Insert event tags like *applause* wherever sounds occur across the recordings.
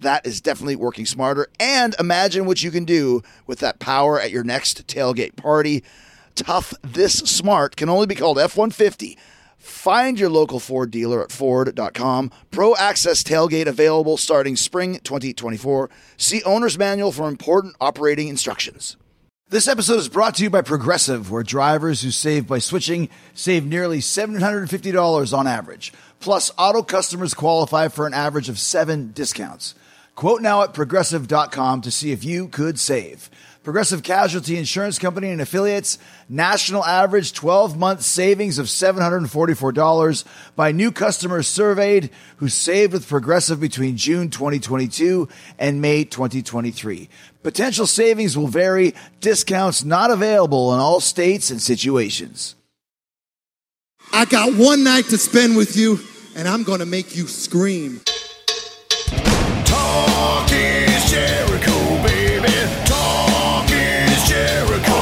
That is definitely working smarter. And imagine what you can do with that power at your next tailgate party. Tough This Smart can only be called F 150. Find your local Ford dealer at Ford.com. Pro Access Tailgate available starting spring 2024. See Owner's Manual for important operating instructions. This episode is brought to you by Progressive, where drivers who save by switching save nearly $750 on average. Plus, auto customers qualify for an average of seven discounts. Quote now at progressive.com to see if you could save. Progressive Casualty Insurance Company and affiliates, national average 12 month savings of $744 by new customers surveyed who saved with Progressive between June 2022 and May 2023. Potential savings will vary, discounts not available in all states and situations. I got one night to spend with you, and I'm going to make you scream. Talk is Jericho, baby. Talk is Jericho.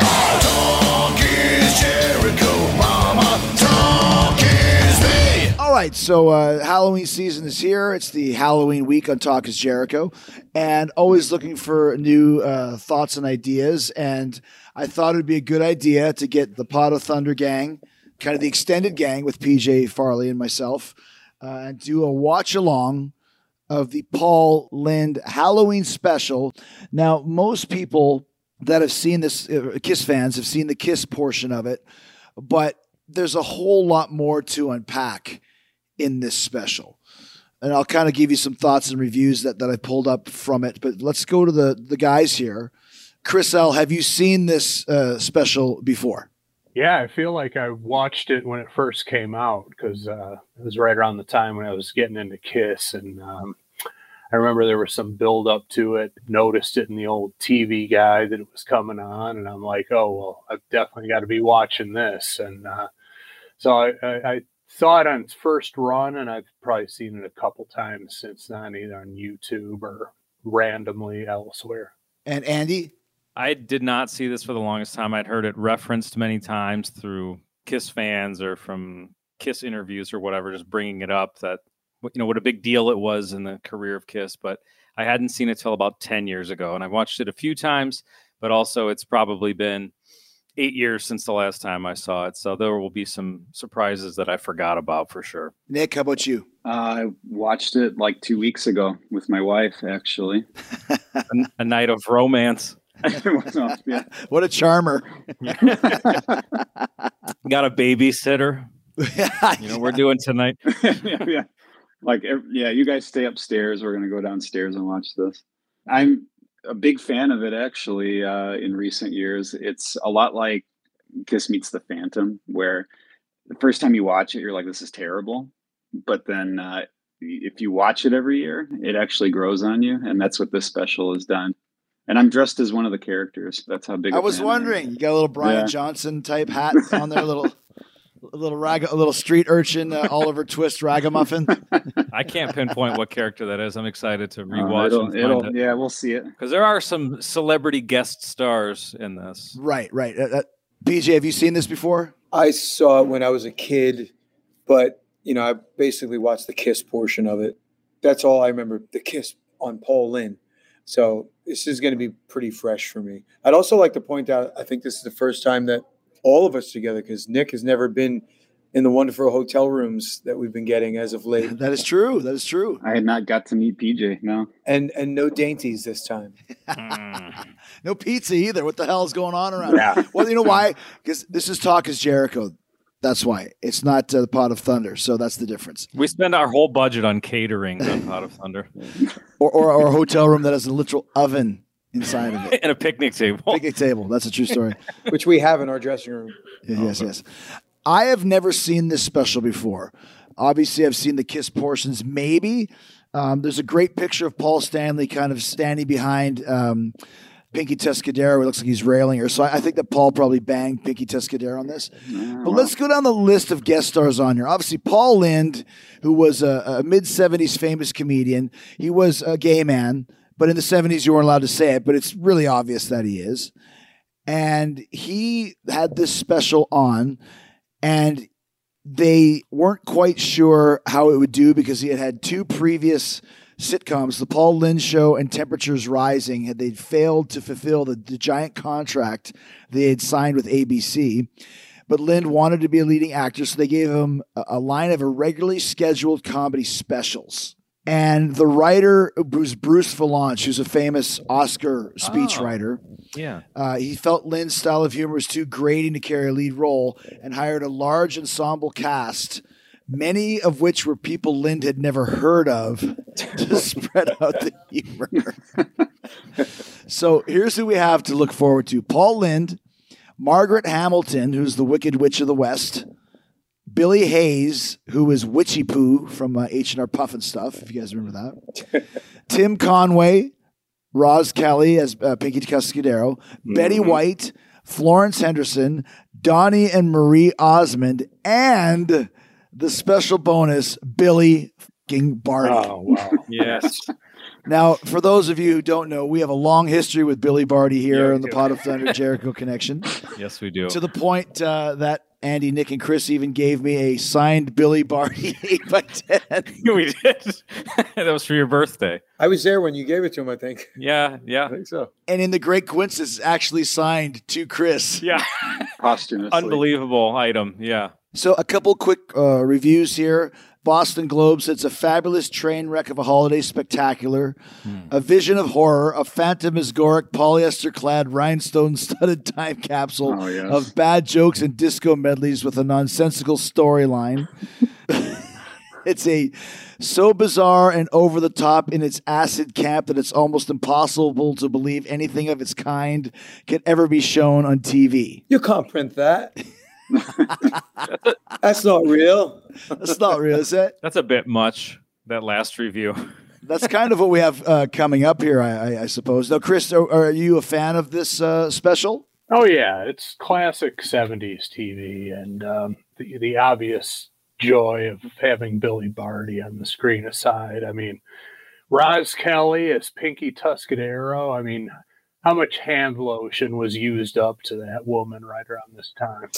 Talk is Jericho, mama. Talk is me. All right, so uh, Halloween season is here. It's the Halloween week on Talk is Jericho, and always looking for new uh, thoughts and ideas. And I thought it'd be a good idea to get the Pot of Thunder gang, kind of the extended gang with PJ Farley and myself, uh, and do a watch along of the Paul Lind Halloween special. Now, most people that have seen this, uh, Kiss fans have seen the Kiss portion of it, but there's a whole lot more to unpack in this special. And I'll kind of give you some thoughts and reviews that, that I pulled up from it. But let's go to the, the guys here. Chris L., have you seen this uh, special before? Yeah, I feel like I watched it when it first came out because uh, it was right around the time when I was getting into Kiss, and um, I remember there was some build up to it. Noticed it in the old TV guide that it was coming on, and I'm like, oh well, I've definitely got to be watching this. And uh, so I, I, I saw it on its first run, and I've probably seen it a couple times since then, either on YouTube or randomly elsewhere. And Andy? I did not see this for the longest time. I'd heard it referenced many times through Kiss fans or from Kiss interviews or whatever, just bringing it up that you know what a big deal it was in the career of Kiss. But I hadn't seen it till about ten years ago, and I've watched it a few times. But also, it's probably been eight years since the last time I saw it, so there will be some surprises that I forgot about for sure. Nick, how about you? I watched it like two weeks ago with my wife, actually. *laughs* A night of romance. yeah. *laughs* What a charmer. *laughs* Got a babysitter. You know, we're doing tonight. yeah, yeah. Like, ev- yeah, you guys stay upstairs. We're going to go downstairs and watch this. I'm a big fan of it, actually, uh, in recent years. It's a lot like Kiss Meets the Phantom, where the first time you watch it, you're like, this is terrible. But then uh, if you watch it every year, it actually grows on you. And that's what this special has done. And I'm dressed as one of the characters. That's how big I a was fan wondering. You got a little Brian Yeah. Johnson type hat on there, a little, a little rag, a little street urchin, uh, Oliver Twist ragamuffin. I can't pinpoint what character that is. I'm excited to Um, Uh, rewatch it'll- and it'll- find it. yeah, we'll see it. because there are some celebrity guest stars in this. right, right. Uh, uh, PJ, have you seen this before? I saw it when I was a kid, but you know, I basically watched the Kiss portion of it. That's all I remember, the Kiss on Paul Lynn. So this is going to be pretty fresh for me. I'd also like to point out, I think this is the first time that all of us together, because Nick has never been in the wonderful hotel rooms that we've been getting as of late, That is true. That is true. I had not got to meet PJ. No, and and no dainties this time. Mm. No pizza either. What the hell is going on around? here? Well, you know why? Because this is Talk is Jericho. That's why. It's not uh, the Pot of Thunder. So that's the difference. we spend our whole budget on catering on Pot *laughs* of Thunder Or, or, or a hotel room that has a literal oven inside of it. and a picnic table. Picnic table. That's a true story. Which we have in our dressing room. Yes, yes. I have never seen this special before. Obviously, I've seen the Kiss portions, maybe. Um, there's a great picture of Paul Stanley kind of standing behind um, Pinky Tescadero. where It looks like he's railing her. So I, I think that Paul probably banged Pinky Tescadero on this. But let's go down the list of guest stars on here. Obviously, Paul Lind, who was a, a mid 70s famous comedian, he was a gay man, but in the 70s you weren't allowed to say it, but it's really obvious that he is. And he had this special on, and they weren't quite sure how it would do because he had had two previous sitcoms, The Paul Lynn Show and Temperatures Rising, had they failed to fulfill the, the giant contract they had signed with ABC. But Lynn wanted to be a leading actor, so they gave him a, a line of irregularly scheduled comedy specials. And the writer was Bruce Valanche, who's a famous Oscar speechwriter. Yeah. Uh, he felt Lynn's style of humor was too grating to carry a lead role and hired a large ensemble cast, many of which were people Lynn had never heard of, *laughs* to spread out the humor. so here's who we have to look forward to Paul Lind, Margaret Hamilton, who's the Wicked Witch of the West. Billy Hayes, who is Witchy Poo from uh, H&R Puff and Stuff, if you guys remember that. Tim Conway, Roz Kelly as uh, Pinky Cascadero, Betty White, Florence Henderson, Donnie and Marie Osmond, and the special bonus, Billy fucking Barty. Oh wow! Yes. Now, for those of you who don't know, we have a long history with Billy Barty here Yeah, on the yeah. Pot of Thunder Jericho Connection yes, we do. to the point uh, that Andy, Nick, and Chris even gave me a signed Billy Barty *laughs* 8x10. *laughs* we did. *laughs* that was for your birthday. I was there when you gave it to him. I think. Yeah. I *laughs* Yeah. think so. And in the great coincidence, it's actually signed to Chris. Yeah. posthumously. Unbelievable item. Yeah. So, a couple quick uh, reviews here. Boston Globe said it's a fabulous train wreck of a holiday spectacular, a vision of horror, a phantasmagoric polyester clad rhinestone studded time capsule Oh, yes. of bad jokes and disco medleys with a nonsensical storyline. *laughs* it's a so bizarre and over the top in its acid camp that it's almost impossible to believe anything of its kind can ever be shown on TV. You can't print *laughs* that. That's not real. That's not real, is it? That's a bit much. That last review. *laughs* That's kind of what we have uh, coming up here, I, I, I suppose. Now, Chris, are, are you a fan of this uh, special? Oh yeah, it's classic '70s TV, and um, the the obvious joy of having Billy Barty on the screen aside. I mean, Roz Kelly as Pinky Tuscadero. I mean, how much hand lotion was used up to that woman right around this time?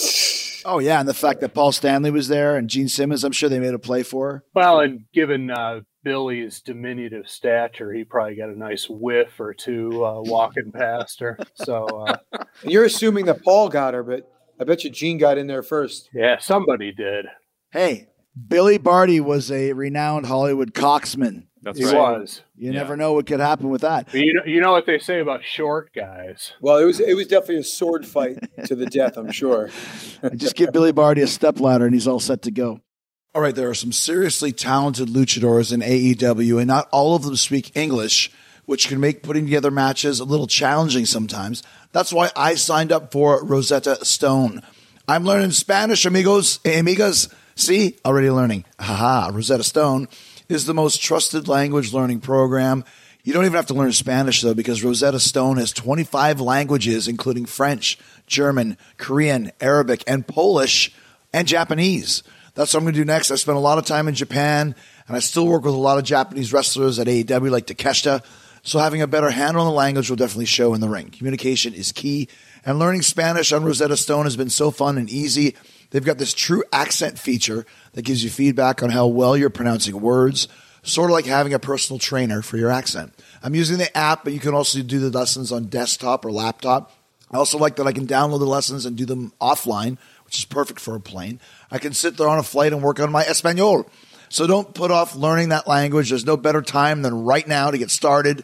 Oh yeah, and the fact that Paul Stanley was there and Gene Simmons, I'm sure they made a play for. her. Well, and given uh, Billy's diminutive stature, he probably got a nice whiff or two uh, walking past her. So uh, And *laughs* you're assuming that Paul got her, but I bet you Gene got in there first. yeah, somebody did. Hey, Billy Barty was a renowned Hollywood coxman. That's He right. was. You Yeah. never know what could happen with that. You know, you know what they say about short guys. Well, it was it was definitely a sword fight to the death. I'm sure. Just give Billy Barty a stepladder and he's all set to go. All right, there are some seriously talented luchadors in AEW, and not all of them speak English, which can make putting together matches a little challenging sometimes. That's why I signed up for Rosetta Stone. I'm learning Spanish, amigos, eh, amigas. See, already learning. Haha, Rosetta Stone is the most trusted language learning program. You don't even have to learn Spanish though, because Rosetta Stone has 25 languages, including French, German, Korean, Arabic, and Polish, and Japanese. That's what I'm going to do next. I spent a lot of time in Japan, and I still work with a lot of Japanese wrestlers at AEW, like Takeshita. So having a better handle on the language will definitely show in the ring. Communication is key, and learning Spanish on Rosetta Stone has been so fun and easy. They've got this true accent feature that gives you feedback on how well you're pronouncing words sort of like having a personal trainer for your accent. I'm using the app, but you can also do the lessons on desktop or laptop. I also like that I can download the lessons and do them offline, which is perfect for a plane. I can sit there on a flight and work on my Espanol. So don't put off learning that language. There's no better time than right now to get started.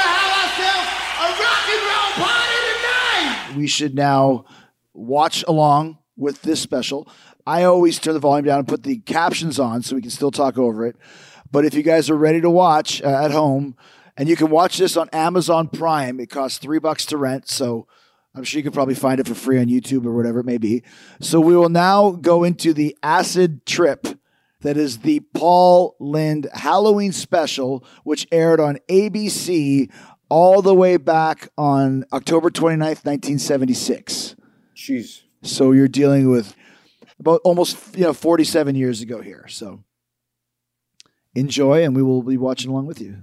we should now watch along with this special. I always turn the volume down and put the captions on so we can still talk over it. But if you guys are ready to watch uh, at home, and you can watch this on Amazon Prime, it costs three bucks to rent. So I'm sure you could probably find it for free on YouTube or whatever it may be. So we will now go into the acid trip that is the Paul Lind Halloween special, which aired on ABC all the way back on October 29th, 1976. Jeez. So you're dealing with about almost you know 47 years ago here. So enjoy, and we will be watching along with you.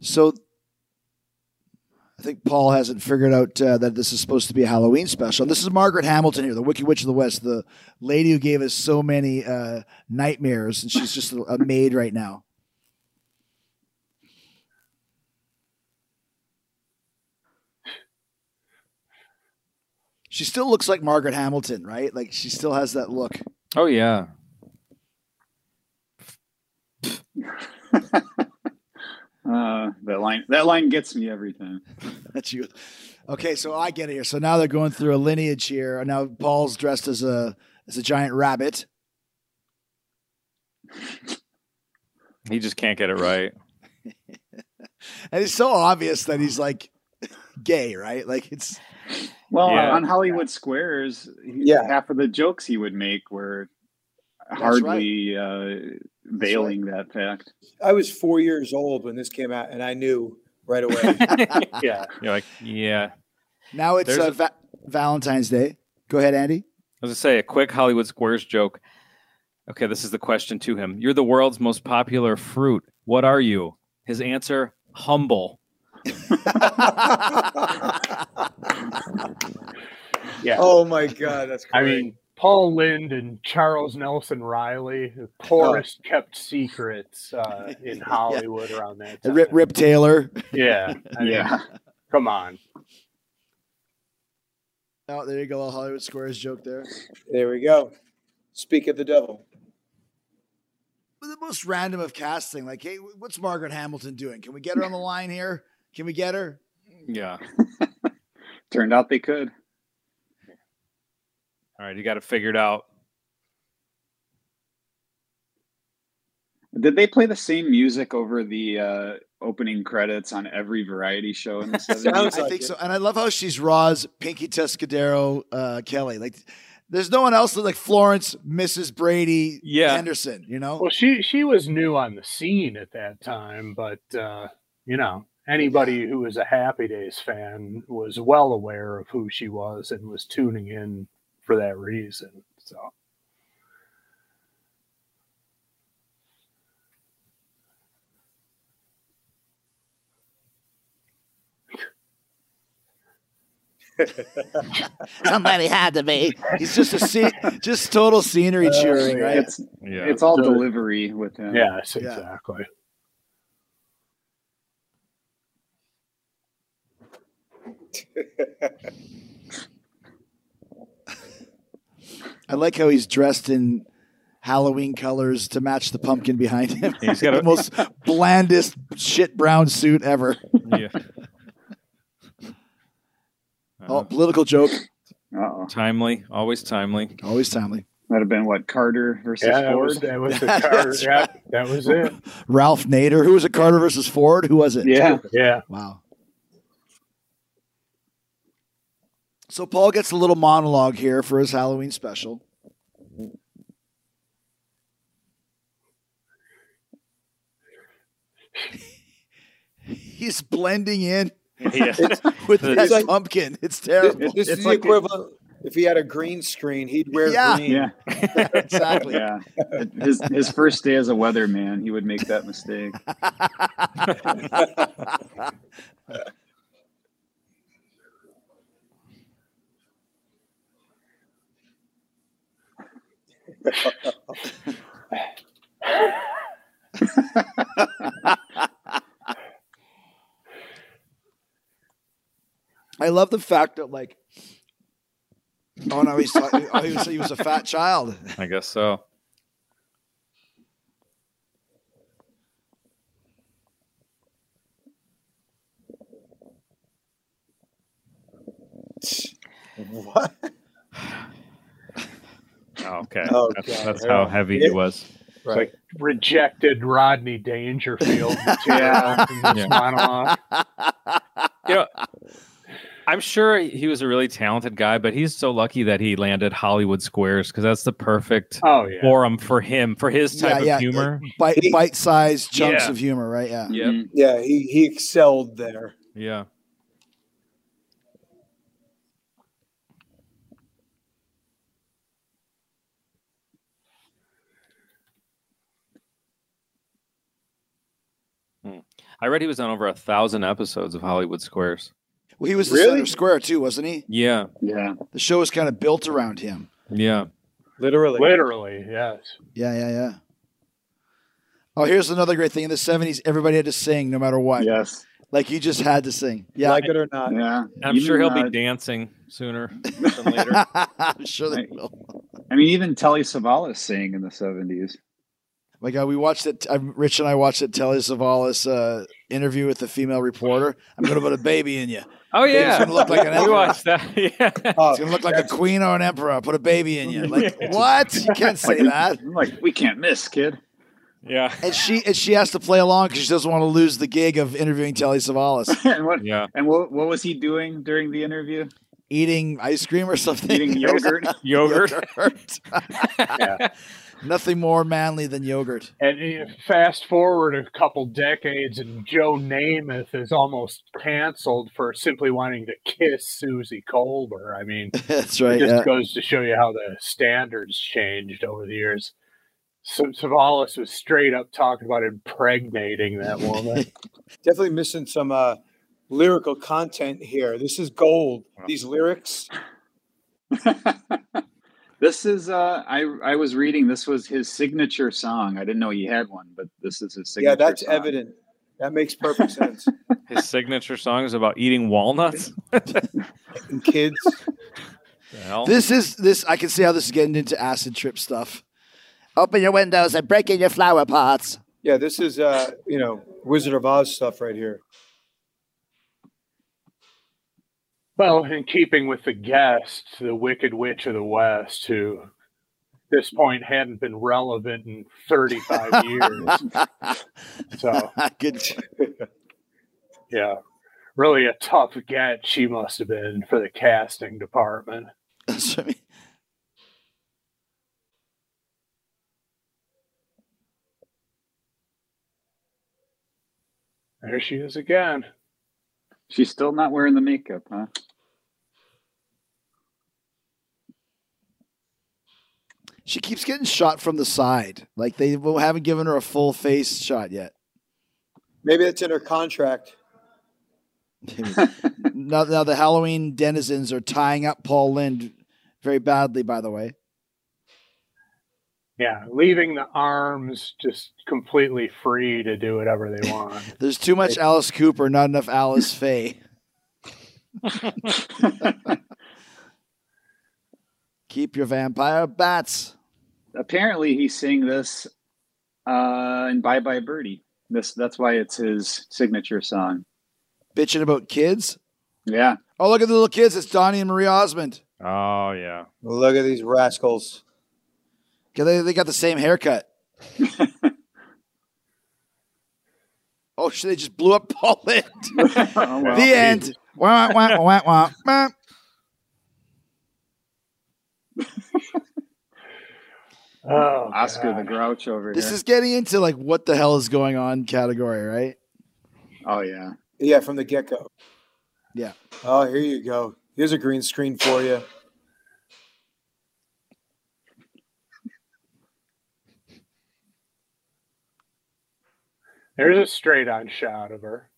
So I think Paul hasn't figured out uh, that this is supposed to be a Halloween special. And this is Margaret Hamilton here, the Wicked Witch of the West, the lady who gave us so many uh, nightmares, and she's just a, a maid right now. She still looks like Margaret Hamilton, right? Like she still has that look. Oh yeah. Uh, that line that line gets me every time. That's you. Okay, so I get it here. So now they're going through a lineage here. and Now Paul's dressed as a as a giant rabbit. He just can't get it right. And it's so obvious that he's like gay, right? Like it's Well, Yeah. on Hollywood Squares, he- Yeah. half of the jokes he would make were hardly uh, veiling that fact. I was four years old when this came out, and I knew *laughs* right away. Yeah. You're like, yeah. now it's There's uh, a- va- Valentine's Day. Go ahead, *laughs* Andy. *laughs* As I say, a quick Hollywood Squares joke. Okay, this is the question to him. You're the world's most popular fruit. What are you? His answer, humble. Yeah. oh my god, that's I crazy. mean, Paul Lind and Charles Nelson Riley, Oh. the poorest kept secrets uh, *laughs* in Hollywood around that time. Rip, Rip Taylor. Yeah. I mean, yeah. Come on. Oh, there you go. A Hollywood Squares joke there. there we go. Speak of the devil. But the most random of casting. Like, hey, what's Margaret Hamilton doing? Can we get her on the line here? Can we get her? Yeah. *laughs* Turned out they could. All right, you got it figured out. Did they play the same music over the uh, opening credits on every variety *laughs* show in the 70s? Sounds I like think it. so. And I love how she's Roz, Pinky Tuscadero, uh, Kelly. Like, there's no one else like Florence, Mrs. Brady, Yeah. Anderson. You know, Well, she she was new on the scene at that time, but uh, you know, anybody who was a Happy Days fan was well aware of who she was and was tuning in for that reason. So *laughs* somebody had to be. He's just a scene, just total scenery cheering, right? It's Yeah. it's all So- delivery with him. yes, Yeah. exactly. I like how he's dressed in Halloween colors to match the pumpkin behind him. He's got a- the most blandest shit brown suit ever. *laughs* yeah. Oh, political joke, Uh-oh. Uh, Timely, always timely. always timely. That'd have been what Carter versus Yeah, that Ford. was, that was the That's Carter. yeah, that was it. Ralph Nader, who was it? Carter versus Ford. Who was it? yeah. Yeah, Wow. So Paul gets a little monologue here for his Halloween special. *laughs* He's blending in Yeah. with that like- pumpkin. It's This, *laughs* terrible. this It's is like- the equivalent. if he had a green screen, he'd wear Yeah. *laughs* green. Yeah. exactly. Yeah. His his first day as a weatherman, he would make that mistake. I love the fact that like, oh no, he's talking, oh, he was he was a fat child. I guess so. What? Oh, okay. Oh, that's, God. that's how heavy he was. Right. Rejected Rodney Dangerfield material Yeah. from this Yeah. monologue. You know, I'm sure he was a really talented guy, but he's so lucky that he landed Hollywood Squares because that's the perfect Oh yeah. forum for him for his type Yeah, yeah. of humor. Bite bite sized chunks Yeah. of humor, right? Yeah. Yeah, Mhm. Mm-hmm. Yeah, he, he excelled there. yeah. Hmm. I read he was on over a thousand episodes of Hollywood Squares. Well, he was the Really? center square too, wasn't he? Yeah, Yeah. The show was kind of built around him. yeah. Literally. Literally, yes. Yeah, yeah, yeah. Oh, here's another great thing. In the 70s, everybody had to sing no matter what. Yes. Like you just had to sing. Yeah. like it or not. Yeah. I'm Even, sure he'll uh, be dancing sooner than later. I'm *laughs* sure they Right. will. Oh I mean, even Telly Savalas sang in the '70s. My God, we watched it. I, Rich and I watched that Telly Savalas uh, interview with the female reporter. I'm going to put a baby in you. Oh yeah, It's going to look like an *laughs* we emperor. watched that. *laughs* Yeah. Oh, It's going to look like a queen or an emperor. I'll put a baby in you. Like what? You can't say that. I'm like, we can't miss, kid. *laughs* yeah, And she and she has to play along because she doesn't want to lose the gig of interviewing Telly Savalas, and what? yeah. And what? What was he doing during the interview? eating ice cream or something, *laughs* Eating yogurt. *laughs* Yogurt. Nothing more manly than yogurt. And you know, fast forward a couple decades, and Joe Namath is almost canceled for simply wanting to kiss Susie Colbert. I mean, That's right. it just Yeah. goes to show you how the standards changed over the years. So Savalas was straight up talking about impregnating that woman. definitely missing some uh, lyrical content here. This is gold. These lyrics. this is. Uh, I I was reading. This was his signature song. I didn't know he had one, but this is his signature. Yeah, that's song. evident. That makes perfect sense. *laughs* His signature song is about eating walnuts. And kids, The hell? This is this. I can see how this is getting into acid trip stuff. Open your windows and break in your flower pots. *laughs* yeah, this is uh, you know Wizard of Oz stuff right here. well, in keeping with the guest, the Wicked Witch of the West, who at this point hadn't been relevant in 35 years. So, Good. yeah, really a tough get she must have been for the casting department. That's what I mean. There she is again. She's still not wearing the makeup, huh? She keeps getting shot from the side. Like they w- haven't given her a full face shot yet. Maybe that's in her contract. *laughs* now, now the Halloween denizens are tying up Paul Lind very badly. By the way, Yeah, leaving the arms just completely free to do whatever they want. *laughs* there's too much Alice Cooper, not enough *laughs* Alice Faye. Keep your vampire bats. Apparently, he sang this uh, in "Bye Bye Birdie." This that's why it's his signature song. Bitching about kids. Yeah. Oh, look at the little kids. It's Donnie and Marie Osmond. Oh yeah. Look at these rascals. Yeah, They, they got the same *laughs* haircut. oh, shit, they just blew up Paul *laughs* Lind. Oh, well. the end. Wah, wah, wah, wah, wah. Oh, Oscar the God. Grouch over This here. is getting into like what the hell is going on category, right? oh yeah. Yeah, from the get go. Yeah. Oh, here you go. Here's a green screen for you. There's a straight on shot of her.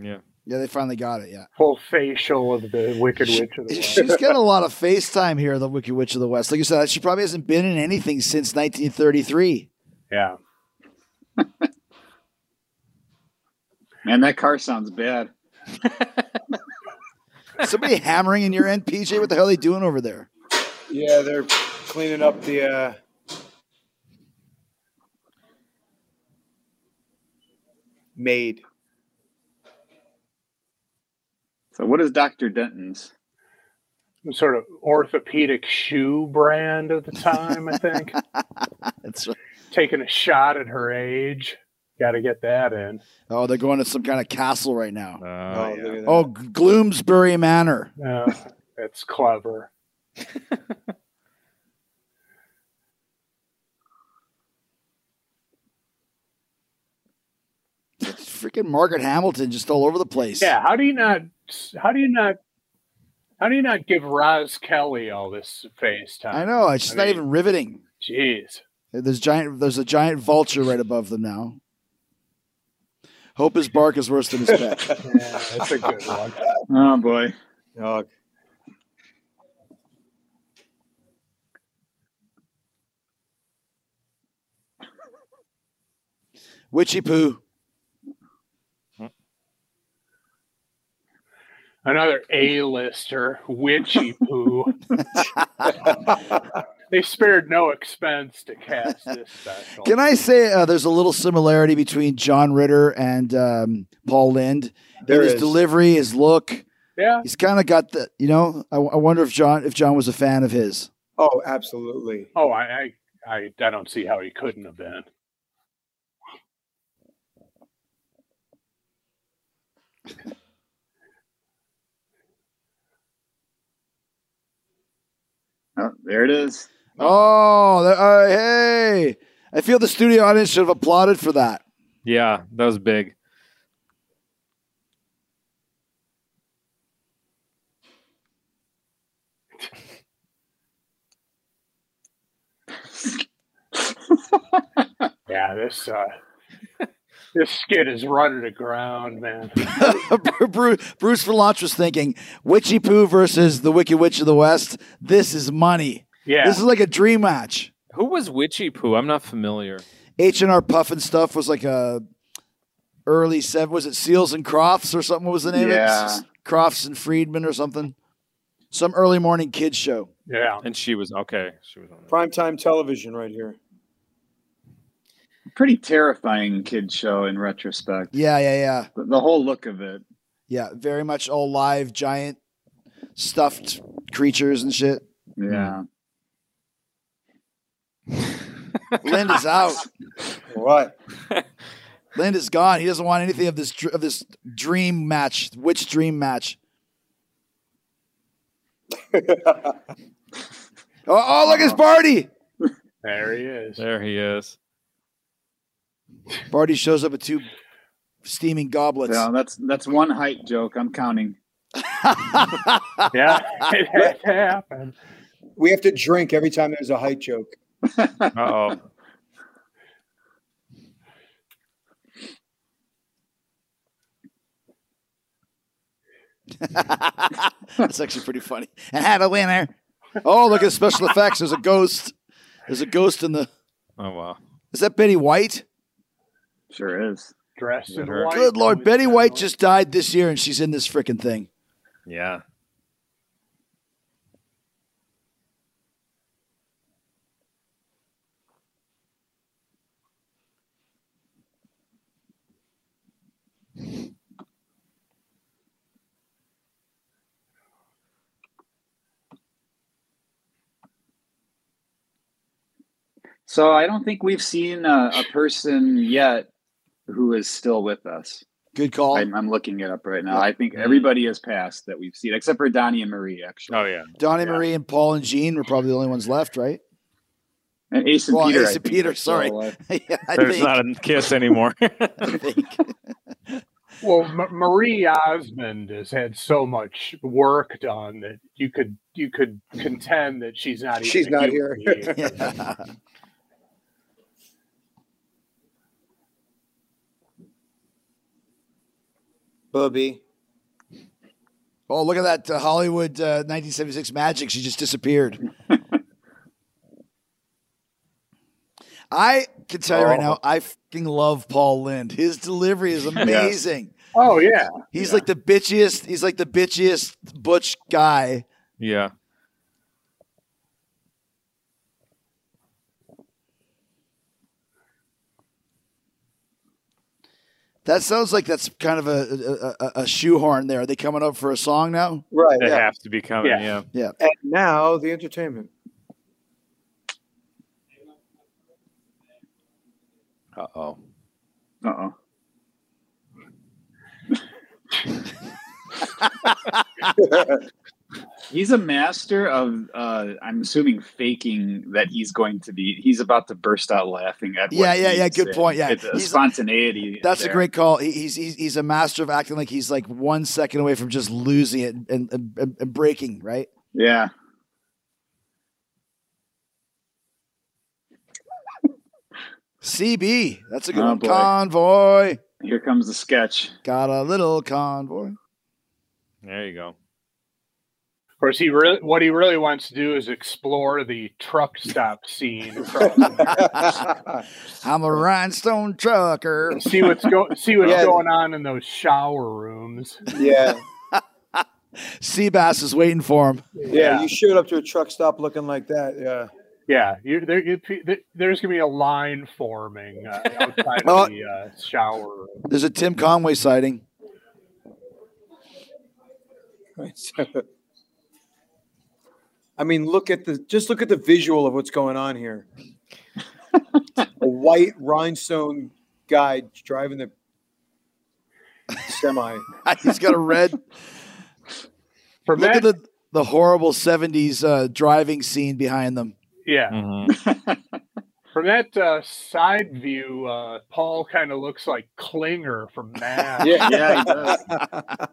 Yeah. Yeah, they finally got it. Yeah, Full facial of the Wicked Witch of the West. *laughs* she's got a lot of FaceTime here. The Wicked Witch of the West, like you said, she probably hasn't been in anything since 1933. Yeah. Man, that car sounds bad. *laughs* Somebody hammering in your end, PJ. What the hell are they doing over there? Yeah, they're cleaning up the. Uh, Made. So, what is Doctor Denton's? sort of orthopedic shoe brand of the time, I think. That's Taking a shot at her age. Got to get that in. Oh, they're going to some kind of castle right now. Oh, Oh, yeah. look at that. Oh, G- Gloomsbury Manor. Uh, that's clever. Freaking Margaret Hamilton just all over the place. Yeah, how do you not? How do you not? How do you not give Roz Kelly all this face time? I know. It's just I not mean- even riveting. Jeez. There's giant. There's a giant vulture right above them now. Hope his bark is worse than his back. *laughs* Yeah, that's a good one. Oh boy. Dog. Witchy poo. Another A-lister, *laughs* witchy poo. they spared no expense to cast this special. Can I say uh, there's a little similarity between John Ritter and um, Paul Lind? There his is. delivery, his look. yeah, He's kind of got the. You know, I, I wonder if John if John was a fan of his. Oh, absolutely. Oh, I, I, I, I don't see how he couldn't have been. Oh, there it is. Oh, that- uh, hey! I feel the studio audience should have applauded for that. *laughs* yeah, that was big. Yeah, this, uh, this skit is running aground, man. Bruce, Bruce Verlantre was thinking Witchy Poo versus the Wicked Witch of the West. This is money. Yeah, This is like a dream match. Who was Witchy Poo? I'm not familiar. H and R Puff and stuff was like a early seven. Was it Seals and Crofts or something? What was the name? Of it? Yeah. S- Crofts and Friedman or something. Some early morning kids show. yeah. And she was okay. She was on that. Primetime television right here. Pretty terrifying kid show in retrospect. Yeah, yeah, yeah, The the whole look of it. yeah. Very much all live, giant stuffed creatures and shit. Yeah. Linda's out. What? Linda's gone. He doesn't want anything of this dr- of this dream match, witch dream match. Oh, oh look, it's Barty. There *laughs* he is. There he is. Barty shows up with two steaming goblets. So that's that's one height joke. I'm counting. Yeah, it had to happen. we have to drink every time there's a height joke. Uh *laughs* oh. *laughs* That's actually pretty funny. And have a winner. Oh, look at special effects. There's a ghost. There's a ghost in the. Oh wow. Is that Betty White? Sure is. Dressed in Good white. Good lord, with Betty the- White just died this year, and she's in this freaking thing. Yeah. So I don't think we've seen a, a person yet who is still with us. Good call. I'm, I'm looking it up right now. I think Mm. everybody has passed that we've seen, except for Donnie and Marie, actually. Oh yeah. Donnie Marie and Paul and Jean were probably the only ones left, right? *laughs* And Ace and Well, Peter. Ace I and think, Peter, are still sorry. alive. yeah, I There's think. not a kiss *laughs* anymore. I think. Well, M- Marie Osmond has had so much work done that you could you could contend that she's not. Even She's a not human here. being. *laughs* Yeah. Bubby. Oh, look at that uh, Hollywood uh, 1976 magic. She just disappeared. I can tell you right now, I fucking love Paul Lind. His delivery is amazing. Oh yeah, He's like the bitchiest. He's like the bitchiest butch guy. yeah. That sounds like that's kind of a a, a, a shoehorn. There, are they coming up for a song now? Right. They have to be coming. Yeah. yeah. And now the entertainment. Uh oh. Uh *laughs* oh. he's a master of, uh, I'm assuming, faking that he's going to be. He's about to burst out laughing at. what Yeah, yeah, he yeah, good said. point, yeah. it's a He's- spontaneity. *laughs* That's a there. great call. He, he's, he's he's a master of acting like he's like one second away from just losing it and and, and, and breaking. Right? Yeah. CB, that's a good Oh, one. boy. Convoy Here comes the *laughs* sketch. got a little convoy. There you go. Of course, he really what he really wants to do is explore the truck stop scene, across the- I'm a rhinestone *laughs* trucker. see what's go see what's Yeah. going on in those shower rooms. yeah. Seabass is waiting for him. Yeah. You showed up to a truck stop looking like that. Yeah. Yeah, you, there, you, there- there's gonna be a line forming uh, outside Well- of the uh, shower room. There's a Tim Conway sighting. *laughs* I mean, look at the just look at the visual of what's going on here. a white rhinestone guy driving the semi. he's got *laughs* a red. From Look that, at the the horrible '70s uh, driving scene behind them. yeah, Mhm. from that uh, side view, uh, Paul kind of looks like Klinger *laughs* from Mad, Yeah. Yeah, he does.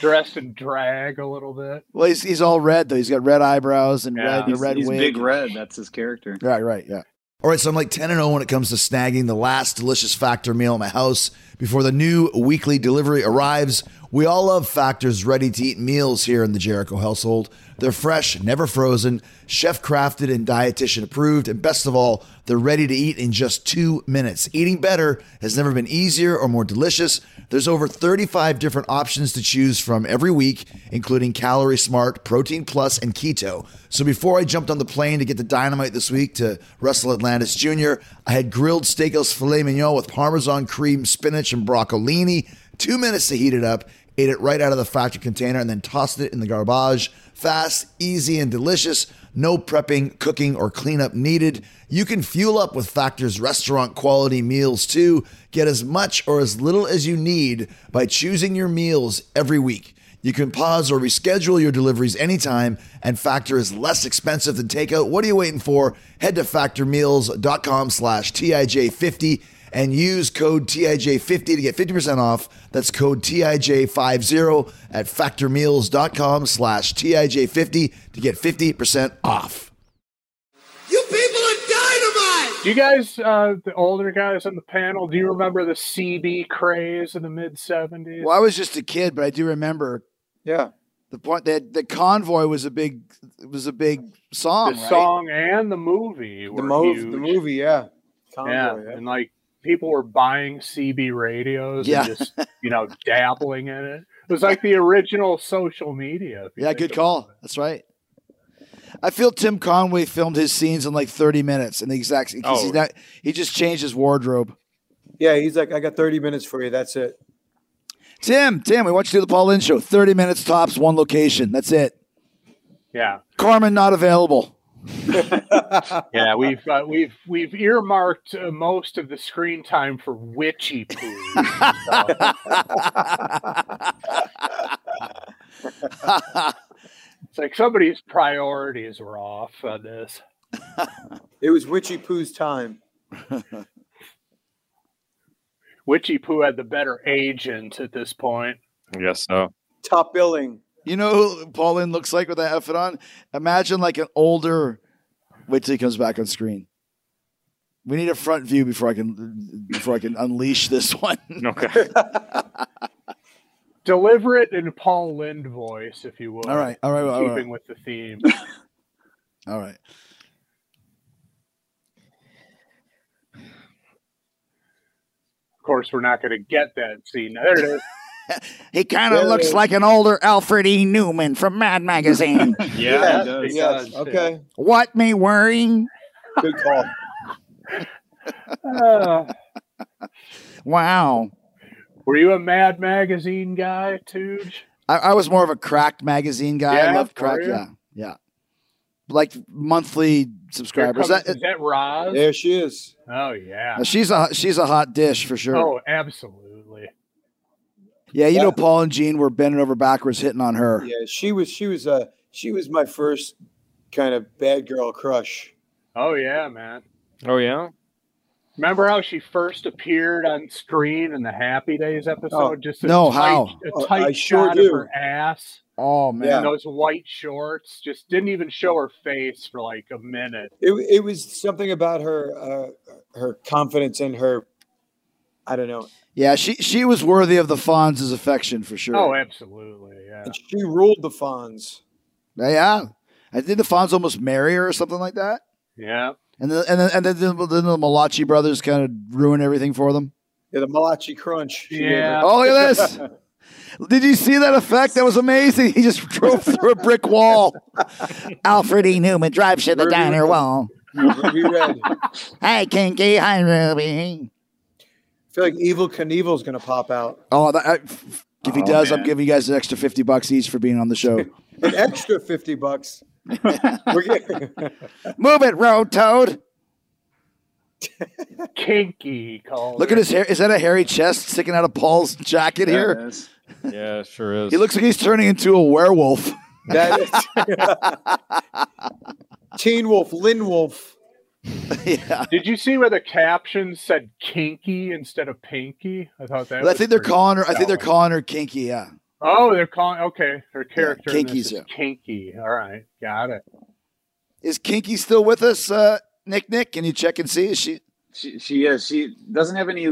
dressed in drag a little bit. Well, he's, he's all red though. He's got red eyebrows and Yeah. red He's, and red he's wig. big red. That's his character. Right, right, yeah. All right, so I'm like 10 and 0 when it comes to snagging the last delicious Factor meal at my house before the new weekly delivery arrives. We all love Factor's ready to eat meals here in the Jericho household. They're fresh, never frozen, chef crafted, and dietitian approved. And best of all, they're ready to eat in just two minutes. Eating better has never been easier or more delicious. There's over 35 different options to choose from every week, including Calorie Smart, Protein Plus, and Keto. So before I jumped on the plane to get to Dynamite this week to wrestle Atlantis Jr., I had grilled steakhouse filet mignon with Parmesan cream, spinach, and broccolini. Two minutes to heat it up, ate it right out of the factory container, and then tossed it in the garbage. Fast, easy, and delicious. No prepping, cooking, or cleanup needed. You can fuel up with Factor's restaurant quality meals too. Get as much or as little as you need by choosing your meals every week. You can pause or reschedule your deliveries anytime, and Factor is less expensive than takeout. What are you waiting for? Head to factormeals.com slash TIJ50 and use code TIJ50 to get 50% off. That's code TIJ50 at factormeals.com slash TIJ50 to get 50% off. You people are dynamite! Do you guys, uh, the older guys on the panel, do you remember the CB craze in the mid '70s? Well, I was just a kid, but I do remember Yeah. the point that the convoy was a big was a big song. the right? song and the movie The were move, huge. the movie, yeah. Convoy, yeah. yeah. and like people were buying CB radios Yeah. and just you know dabbling in it. It was like the original social *laughs* media. if you Yeah, think good about call. That's right. I feel Tim Conway filmed his scenes in like 30 minutes in the exact because he's Oh. not he just changed his wardrobe. Yeah, he's like, I got 30 minutes for you. That's it. Tim, Tim, we want you to do the Paul Lynn show. 30 minutes tops, one location. That's it. it. Yeah, Carmen not available. yeah. We've uh, we've we've earmarked uh, most of the screen time for witchy poo. So, it's like somebody's priorities were off on this. It was Witchy Poo's time. Witchy poo had the better agent at this point. I guess *laughs* so. Top billing. You know who Paul Lynn looks like with that outfit on? Imagine like an older wait till he comes back on screen. We need a front view before I can before I can unleash this *laughs* one. Okay. Deliver it in Paul Lind voice, if you will. all right, all right, all right, all right. keeping with the theme. All right. Of course, we're not going to get that scene. There it is. He kind of looks like an older Alfred E. Newman from Mad Magazine. *laughs* Yeah, he does. He Yeah. does, yeah. Okay. what me worrying? Good call. Uh, Wow. Were you a Mad Magazine guy, Tooge? I, I was more of a cracked magazine guy. I Yeah, loved were crack. you? Yeah, yeah. Like monthly Here subscribers. Comes, That, is that Roz? There she is. Oh yeah. uh, she's a she's a hot dish for sure. Oh, absolutely. yeah, you yeah. know Paul and Gene were bending over backwards hitting on her. Yeah, she was. She was. Uh, she was my first kind of bad girl crush. Oh yeah, man. Oh yeah. Remember how she first appeared on screen in the Happy Days episode? Oh, Just a no, tight, how? Uh, a Oh, tight I sure shot do. of her ass Oh man. Yeah. and those white shorts. Just didn't even show her face for like a minute. It, it was something about her, uh, her confidence and her. I don't know. Yeah, she she was worthy of the Fonz's affection for sure. Oh, absolutely. Yeah. And she ruled the Fonz. yeah. I think the Fonz almost marry her or something like that. Yeah. And then and then and then, the- then the Malachi brothers kind of ruin everything for them. Yeah, the Malachi Crunch. She Yeah. Oh look at this. *laughs* Did you see that effect? That was amazing. He just drove through a brick wall. *laughs* Alfred E. Newman drives to the Ruby diner Red. wall. gave her Ruby *laughs* Red. I Hi, Kinky. Hi, Ruby. feel like Evil Knievel's going to pop out. Oh, that, I, if he Oh, does, I'm man. giving you guys an extra 50 bucks each for being on the show. *laughs* An extra 50 bucks. We're getting- *laughs* Move it, Road Toad. Kinky called. Look at his hair. Is that a hairy chest sticking out of Paul's jacket There here? it is. Yeah, it sure is. He looks like he's turning into a werewolf. that is- *laughs* Teen Wolf, Lynn Wolf. yeah. Did you see where the captions said kinky instead of pinky? I thought that I was think they're pretty calling her. I think they're telling. calling her kinky. Yeah. Oh, they're calling okay. Her character in this Kinky's is it. kinky. All right. Got it. Is Kinky still with us, uh, Nick? Nick, can you check and see? Is she? She, she is. She doesn't have any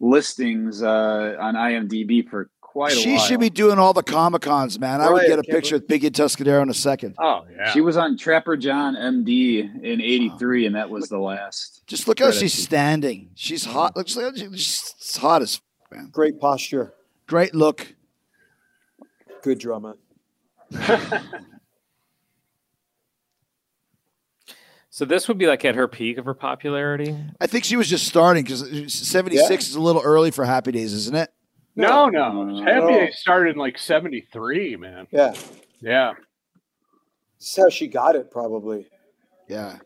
listings uh, on IMDb for quite a She while. should be doing all the comic cons, man. I would Right, get a I can't picture with Biggie Tuscadero in a second. Oh yeah. She was on Trapper John MD in '83, and that was the last. Just look how Right, I she's see. standing. She's hot. Looks like she's hot as f- man. Great posture. Great look. Good drama. so this would be like at her peak of her popularity. I think she was just starting because 76 is a little early for Happy Days, isn't it? no, no. No. Happy Days started in like seventy three, man. Yeah. Yeah. This is how she got it, probably. Yeah.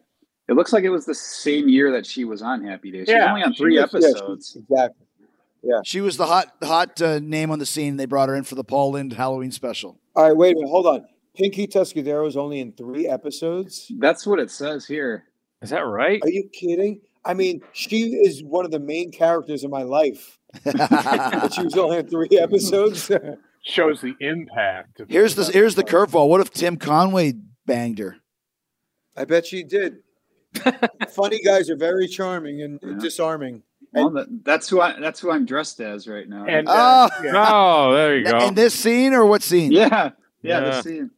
It looks like it was the same year that she was on Happy Days. She was Yeah, only on three Yeah, she- episodes. exactly. She was the hot hot uh, name on the scene. They brought her in for the Paul Lind Halloween special. All right, wait a minute. Hold on. Pinky Tuscadero is only in three episodes. That's what it says here. Is that right? Are you kidding? I mean, she is one of the main characters in my life. But she was only in three episodes. Shows the impact of here's the here's the curveball. What if Tim Conway banged her? I bet she *laughs* did. Funny guys are very charming and Yeah. disarming. Well, that- that's who I. That's who I'm dressed as right now. and Oh. uh, yeah. *laughs* Oh, there you go. In this scene or what scene? yeah, yeah. Yeah. The scene.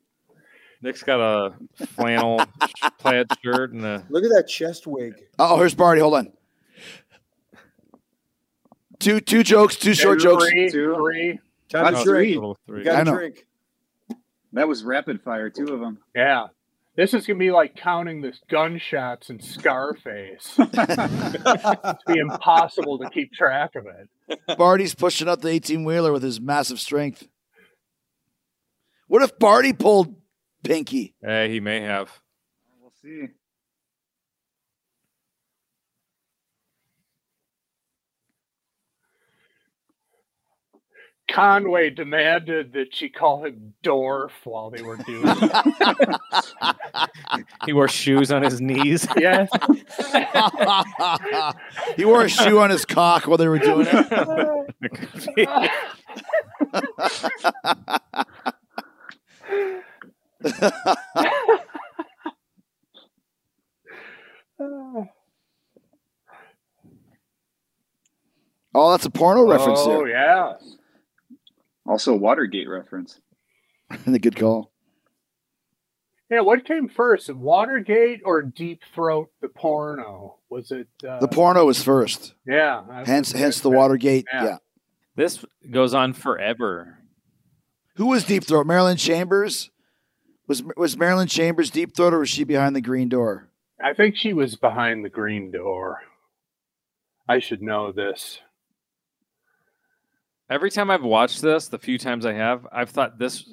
Nick's got a flannel sh- plaid shirt and a Look at that chest wig. Oh, here's Barty. Hold on. Two two jokes, two short jokes. Three, Two. three. Time That's to oh, drink. total three. You I got know. to drink. That was rapid fire. Two of them. Yeah. This is gonna be like counting the gunshots in Scarface. It'd be impossible to keep track of it. Barty's pushing up the 18 wheeler with his massive strength. What if Barty pulled Pinky? Hey, he may have. We'll see. Conway demanded that she call him Dorf while they were doing it. He wore shoes on his *laughs* knees. Yes. *laughs* he wore a shoe on his cock while they were doing it. *laughs* Oh, that's a porno reference oh, there. yeah. Also, Watergate reference. And a *laughs* good call. Yeah, what came first, Watergate or Deep Throat, the porno? Was it? Uh, The porno was first. Yeah. I- Hence hence the Watergate. Yeah. Yeah. this goes on forever. Who was Deep Throat? Marilyn Chambers? Was was Marilyn Chambers Deep Throat or was she behind the green door? I think she was behind the green door. I should know this. Every time I've watched this, the few times I have, I've thought this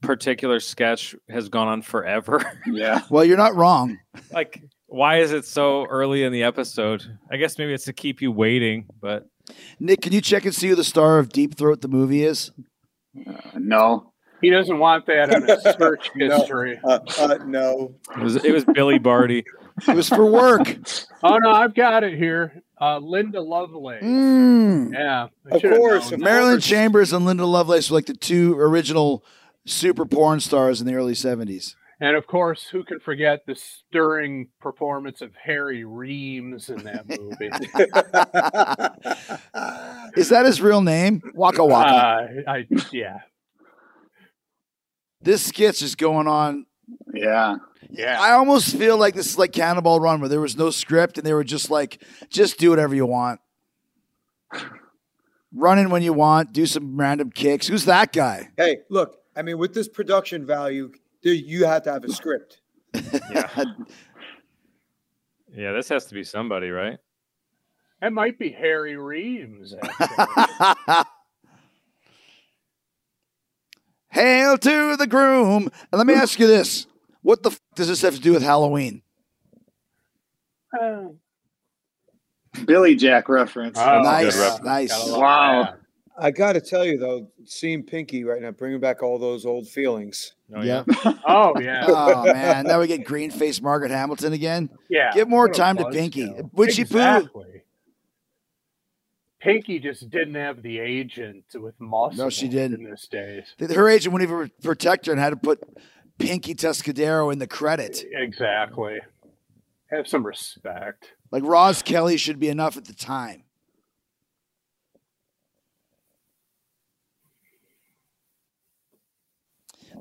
particular sketch has gone on forever. *laughs* Yeah. Well, you're not wrong. like, why is it so early in the episode? I guess maybe it's to keep you waiting, but Nick, can you check and see who the star of Deep Throat the movie is? Uh, no. He doesn't want that on his search No. history. Uh, uh, *laughs* no. it was it was Billy *laughs* Barty. It was for *laughs* work. Oh no, I've got it here. Uh, Linda Lovelace. Mm. Yeah, I Of should've course, known. of Marilyn Chambers and Linda Lovelace were like the two original super porn stars in the early 70s. And of course, who can forget the stirring performance of Harry Reams in that movie? Is that his real name? Waka uh, Waka. I yeah this sketch is going on. Yeah. yeah. I almost feel like this is like Cannonball Run, where there was no script and they were just like, just do whatever you want. Run in when you want, do some random kicks. Who's that guy? Hey, look, I mean, with this production value, there, you have to have a script. Yeah, this has to be somebody, right? It might be Harry Reams. *laughs* actually. *laughs* Hail to the groom. And let me ask you this what the f- does this have to do with Halloween? Uh, Billy Jack reference. Oh, nice, good reference. nice. gotta love Wow. that. I got to tell you, though, seeing Pinky right now, bringing back all those old feelings. Oh, Yeah. Oh yeah, *laughs* Oh man, now we get green faced Margaret Hamilton again. yeah. Give more What a time to buzzkill. Pinky. Would she poo? Exactly. Pinky just didn't have the agent with muscle. she didn't. In this days, That Her agent wouldn't even protect her and had to put Pinky Tuscadero in the credit. exactly. Have some respect. Like Roz Kelly should be enough at the time.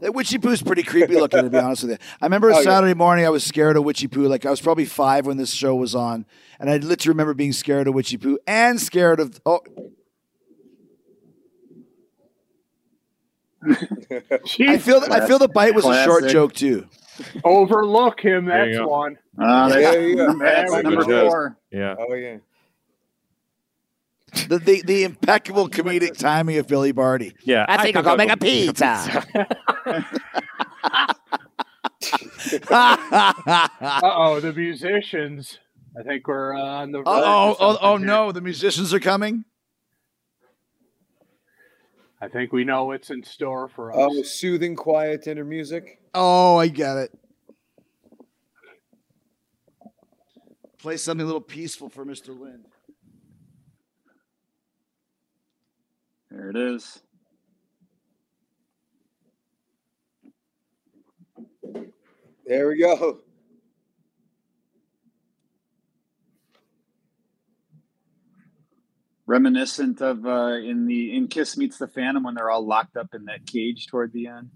That witchy poo is pretty creepy looking, to be honest with you. I remember a *laughs* Oh, yeah. Saturday morning, I was scared of witchy poo. Like I was probably five when this show was on, and I literally remember being scared of witchy poo and scared of oh, I feel I feel the bite was a short Classic. joke too. *laughs* Overlook him. There you That's go. one. Ah, that's, Yeah, yeah. that's That's a number good joke. four. yeah. Oh, yeah. The the, the impeccable comedic timing of Billy Barty. Yeah. I think I'll go make a pizza. oh, Uh oh, the musicians. I think we're uh, on the. oh, oh, oh no, the musicians are coming. I think we know what's in store for us. Oh, soothing, quiet dinner music. Oh, I get it. Play something a little peaceful for Mr. Lynn. There it is. There we go. Reminiscent of uh, in the in Kiss Meets the Phantom when they're all locked up in that cage toward the end.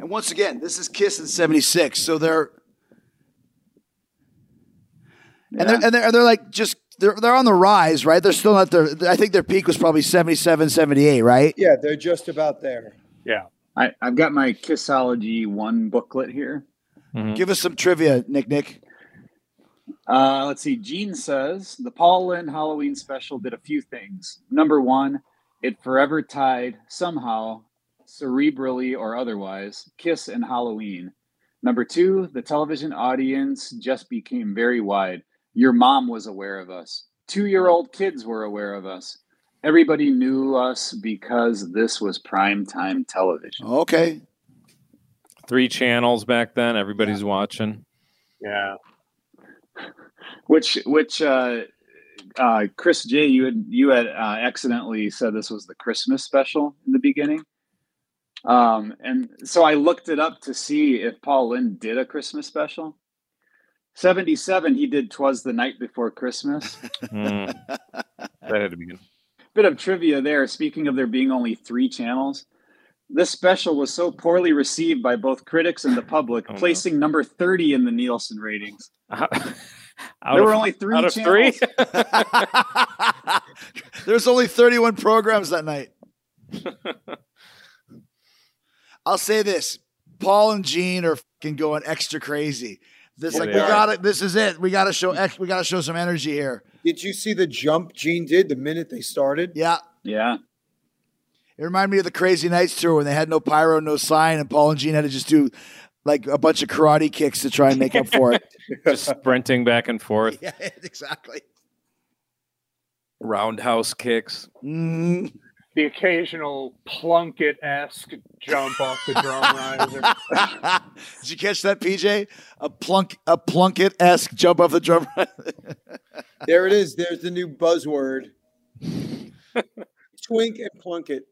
And once again, this is Kiss in '76, so they're Yeah. and they're and they're, and they're like just they're they're on the rise, right? They're still not their. I think their peak was probably 77, 78, right? Yeah, they're just about there. Yeah. I, I've got my Kissology one booklet here. Give us some trivia, Nick. Nick. Uh, let's see. Gene says the Paul Lynn Halloween special did a few things. Number one, it forever tied somehow, cerebrally or otherwise, Kiss and Halloween. Number two, the television audience just became very wide. Your mom was aware of us. Two year old kids were aware of us. Everybody knew us because this was prime time television. Okay, Three channels back then. Everybody's watching. Yeah. Which, which, uh, uh, Chris J, you had you had uh, accidentally said this was the Christmas special in the beginning, um, and so I looked it up to see if Paul Lynn did a Christmas special. Seventy-seven, he did "Twas the Night Before *laughs* Christmas." Mm. that had to be good. Bit of trivia there. Speaking of there being only three channels, this special was so poorly received by both critics and the public, Oh, no. placing number thirty in the Nielsen ratings. Out there of- were only *laughs* three out of *laughs* *laughs* channels. three. There's only 31 programs that night. *laughs* I'll say this: Paul and Gene are fucking going extra crazy. This Yeah, like we they are. got to This is it. We got to show. Ex- we got to show some energy here. Did you see the jump Gene did the minute they started? Yeah, Yeah. it reminded me of the Crazy Nights tour when they had no pyro, no sign, and Paul and Gene had to just do like a bunch of karate kicks to try and make up for it. Just sprinting back and forth, yeah, *laughs* exactly. *laughs* roundhouse kicks. Mm, The occasional Plunkett esque jump off the drum riser. Did you catch that, PJ? A plunk, a plunket esque jump off the drum. There it is. There's the new *laughs* buzzword. Twink and Plunkett.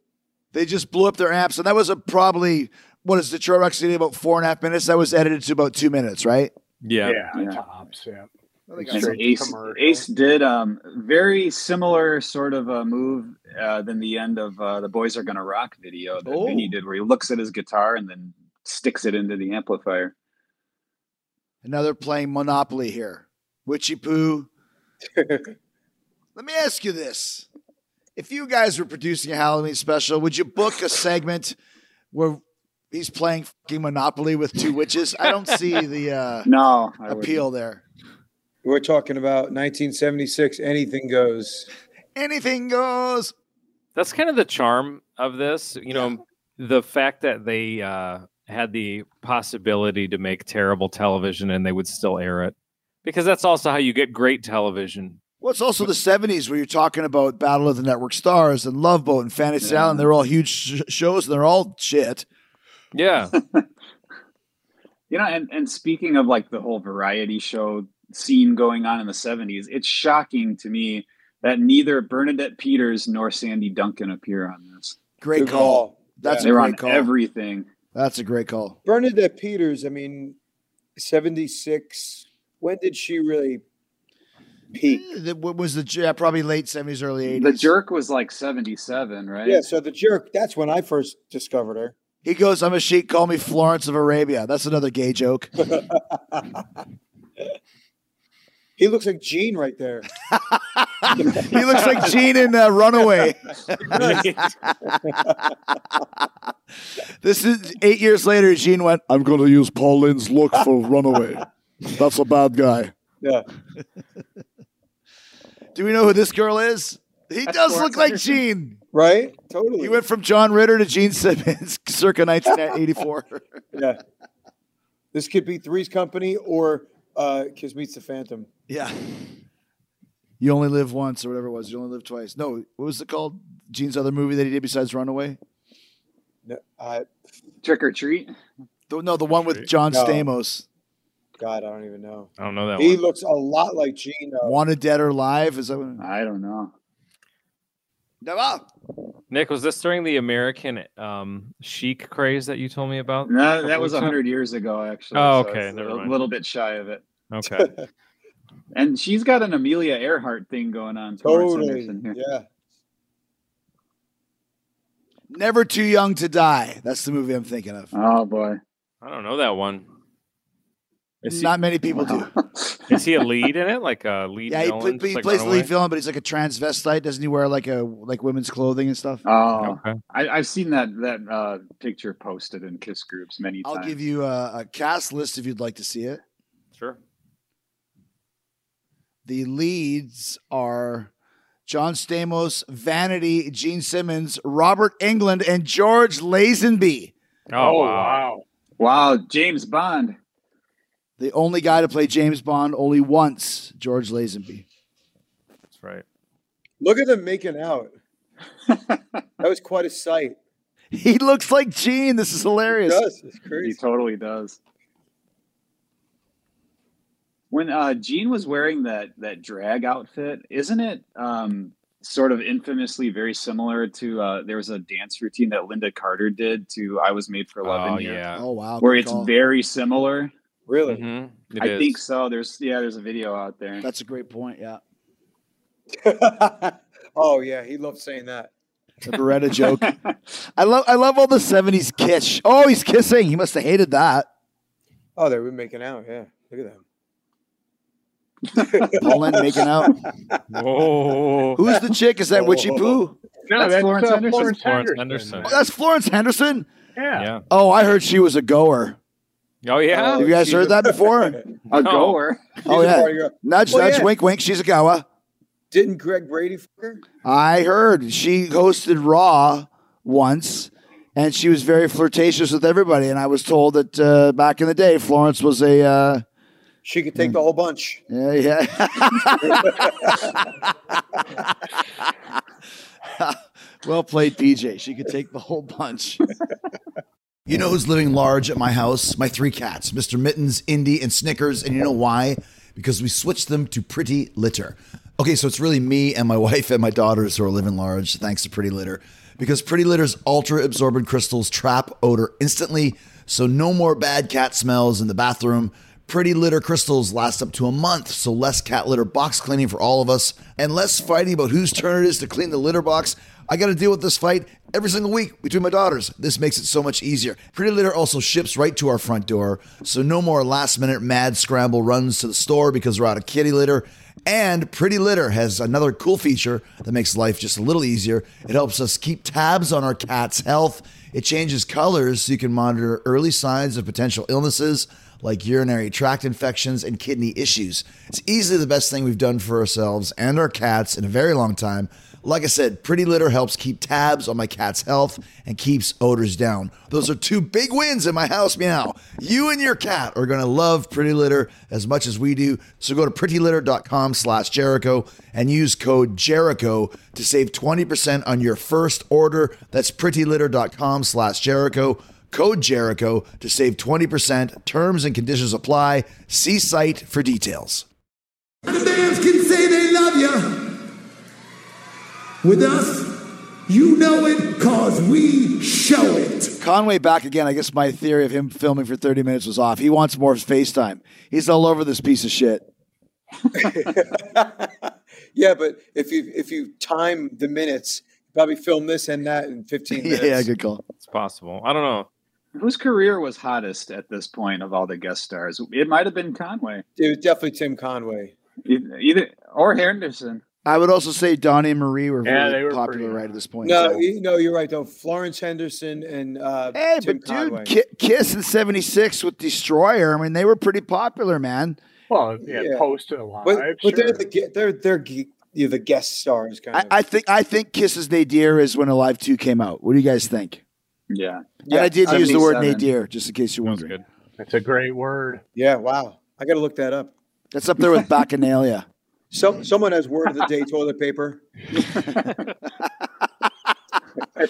They just blew up their amps, and that was a probably what is Detroit Rock City about four and a half minutes. That was edited to about two minutes, right? Yeah. yeah, Yeah. tops. Yeah. And Straight Ace, commercial. Ace did um, very similar sort of a move uh, than the end of uh, the Boys Are Gonna Rock video that Oh. Vinny did, where he looks at his guitar and then sticks it into the amplifier. Another playing Monopoly here. Witchy *laughs* Poo. Let me ask you this. If you guys were producing a Halloween special, would you book a segment where he's playing fucking Monopoly with two witches? I don't see the uh, No, *laughs* I wouldn't. appeal there. We're talking about 1976. Anything goes. Anything goes. that's kind of the charm of this you know the fact that they uh, had the possibility to make terrible television and they would still air it because that's also how you get great television Well, it's also the 70s where you're talking about Battle of the Network Stars and Love Boat and Fantasy Yeah. Island. They're all huge sh- shows and they're all shit. yeah You know, and, and speaking of like the whole variety show scene going on in the 70s, it's shocking to me that neither Bernadette Peters nor Sandy Duncan appear on this. Great Good call. That's They a were great on call. everything. That's a great *laughs* call. Bernadette Peters, I mean, 76. When did she really peak? Eh, that- What was the yeah, probably late 70s, early 80s? The jerk was like 77, right? Yeah, so the jerk, that's when I first discovered her. He goes, I'm a sheik, call me Florence of Arabia. That's another gay joke. He looks like Gene right *laughs* there. he looks *laughs* like Gene in uh, Runaway. *laughs* this is eight years later. Gene went, I'm going to use Paul Lynn's look for Runaway. That's a bad guy. Yeah. Do we know who this girl is? He does look like Gene. Right? Totally. He went from John Ritter to Gene Simmons *laughs* circa 1984. yeah. This could be Three's Company or uh, Kiss Meets the Phantom. Yeah. You only live once, or whatever it was. You only live twice. No, what was it called? Gene's other movie that he did besides Runaway? No, I, Trick or treat. The, no, the one with John No. Stamos. God, I don't even know. i don't know that He one looks a lot like Gene. Though. Wanted Dead or Alive? Is that what? I don't know. Never. nick was this during the american um chic craze that you told me *laughs* about No, that was weeks ago? 100 years ago, actually. Oh, so okay, it's never a mind. little bit shy of it. okay And she's got an Amelia Earhart thing going on. towards Totally. Anderson here. Yeah. Never Too Young to Die. That's the movie I'm thinking of. Oh, boy. *laughs* i don't know that one is he, Not many people do. is he a lead in it like a lead Yeah, he, villain, pla- just he like plays the lead Runaway? villain, but he's like a transvestite. Doesn't he wear like a like women's clothing and stuff? oh, okay I, I've seen that that uh, picture posted in Kiss groups many I'll times. give you a, a cast list if you'd like to see it. sure The leads are John Stamos, Vanity, Gene Simmons, Robert England, and George Lazenby. oh, wow. Wow, James Bond. The only guy to play James Bond only once, George Lazenby. that's right Look at them making *laughs* out. That was quite a sight. He looks like Gene. This is It hilarious. does. It's he crazy. totally does. When uh, Gene was wearing that that drag outfit, isn't it um, sort of infamously very similar to uh, there was a dance routine that Linda Carter did to "I Was Made for Loving oh You," yeah Oh wow! where good it's call. very similar. Really? Mhm, it I is. think so. There's yeah, there's a video out there. That's a great point. Yeah, Mm-hmm. *laughs* oh yeah, he loved saying that. the Beretta joke. I love I love all the '70s kiss. Oh, he's kissing. He must have hated that. Oh, they were making out. Yeah, look at them. Paul Lynde making out. Whoa. Who's the chick? Is that Witchy Poo? No, That's that's, Florence Florence, uh, Henderson. Florence, Florence Henderson. Henderson. Oh, that's Florence Henderson. Yeah. Yeah. Oh, I heard she was a goer. Oh yeah. Have you guys heard that before? Uh, A No. goer. Oh She's a yeah, party girl. nudge, Well, nudge, yeah. wink, wink. She's a goer. Didn't Greg Brady fuck her? I heard she hosted Raw once, and she was very flirtatious with everybody. And I was told that uh, back in the day, Florence was a uh, She could Mm. take the whole bunch. *laughs* yeah. *laughs* yeah. well played, PJ. She could take the whole bunch. You know who's living large at my house? My three cats, Mr. Mittens, Indy, and Snickers. And you know why? Because we switched them to Pretty Litter. Okay, so it's really me and my *laughs* wife and my daughters who are living large thanks to Pretty Litter. Because Pretty Litter's ultra absorbent crystals trap odor instantly, so no more bad cat smells in the bathroom. Pretty litter crystals last up to a month, so less cat litter box cleaning for all of us, and less fighting about whose turn it is to clean the litter box. I got to deal with this fight every single week between my daughters. This makes it so much easier. Pretty litter also ships right to our front door, so no more last minute mad scramble runs to the store because we're out of kitty litter. And Pretty Litter has another cool feature that makes life just a little easier. It helps us keep tabs on our cat's health. It changes colors so you can monitor early signs of potential illnesses like urinary tract infections and kidney issues. It's easily the best thing we've done for ourselves and our cats in a very long time. Like I said, Pretty Litter helps keep tabs on my cat's health and keeps odors down. Those are two big wins in my house meow. You and your cat are going to love Pretty Litter as much as we do. So go to prettylitter.com slash Jericho and use code Jericho to save 20% on your first order. That's prettylitter.com slash Jericho. Code Jericho to save 20%. Terms and conditions apply. See site for details. The bands can say they love you. With us, you know it cause we show it. Conway back again. I guess my theory of him filming for 30 minutes was off. He wants more FaceTime. He's all over this piece of shit. Yeah, but if you if you time the minutes, probably film this and that in fifteen minutes. *laughs* yeah, good call. It's possible. I don't know. Whose career was hottest at this point of all the guest stars? It might have been Conway, It was definitely Tim Conway. E- either or Henderson. I would also say Donnie and Marie were Yeah, really they were popular pretty- right at this point. No, so- you, no, you're right though. Florence Henderson and uh, Hey, Tim but Conway. dude, Ki- Kiss in '76 with Destroyer. I mean, they were pretty popular, man. Well, yeah, Yeah. post it alive. but, but sure. they're the ge- they're they're ge- you're the guest stars kind I, of. I think I think Kiss's Nadir is when Alive Two came out. What do you guys think? Yeah, and I did use the word 77. Nadir, just in case you're That was wondering. good. That's a great word. yeah, wow. I got to look that up. That's up there with Bacchanalia. Some someone has word of the day toilet *laughs* paper. It's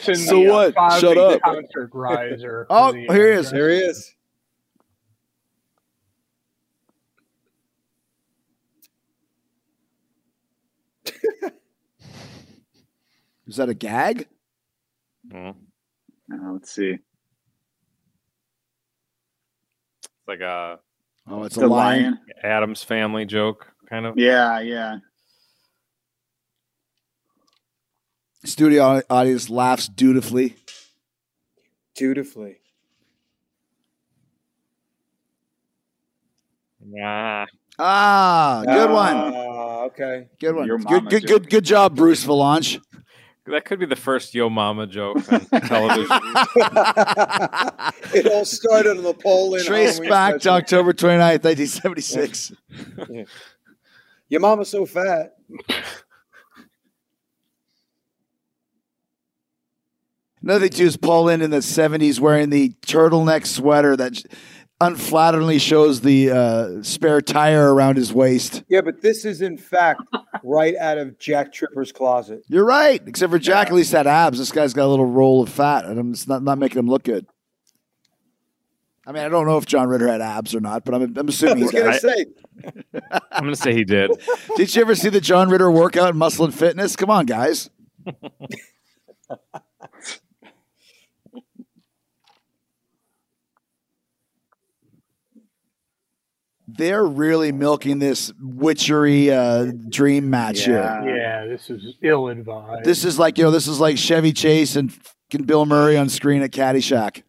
in So the what? Uh, Fozzy Shut up. Concert riser. Oh, from the, here uh, he is. There he is. Is that a gag? Mm. Uh, let's see. It's like a Oh, it's a The lion. lion. Adams family joke kind of. Yeah, yeah. Studio au- audience laughs dutifully. Dutifully. Yeah. Ah, good one. Ah, okay. Good one. Your Good, mama good, joke. good, good job, Bruce Valanche. That could be the first Yo Mama joke *laughs* on television. it all started on the poll in Trace Halloween back to special. October 29th, 1976. Your mama's so fat. Another too is Paul Lynn in the seventies wearing the turtleneck sweater that unflatteringly shows the uh, spare tire around his waist. Yeah, but this is in fact right out of Jack Tripper's closet. You're right, except for Jack at least had abs. This guy's got a little roll of fat, and I'm- it's not not making him look good. I mean, I don't know if John Ritter had abs or not, but I'm, I'm assuming I *laughs* he's was got. gonna abs. say I'm gonna say he did. Did you ever see the John Ritter workout in Muscle and Fitness? Come on, guys. They're really milking this witchery uh, dream match here. Yeah. Yeah, this is ill advised. This is like you know, this is like Chevy Chase and fucking Bill Murray on screen at Caddyshack.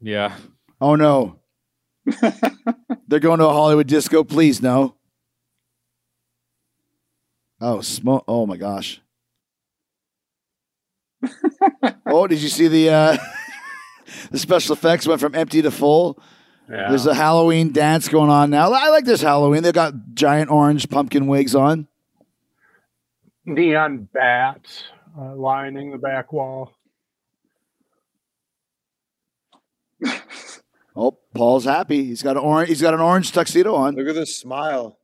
Yeah. Oh no, they're going to a Hollywood disco. Please no. *laughs* Oh smoke! Oh my gosh. Oh, did you see the uh, *laughs* the special effects went from empty to full? Yeah. There's a Halloween dance going on now. I like this Halloween. They've got giant orange pumpkin wigs on. neon bats uh, lining the back wall. Oh, Paul's happy. He's got an orange. He's got an orange tuxedo on. Look at this smile.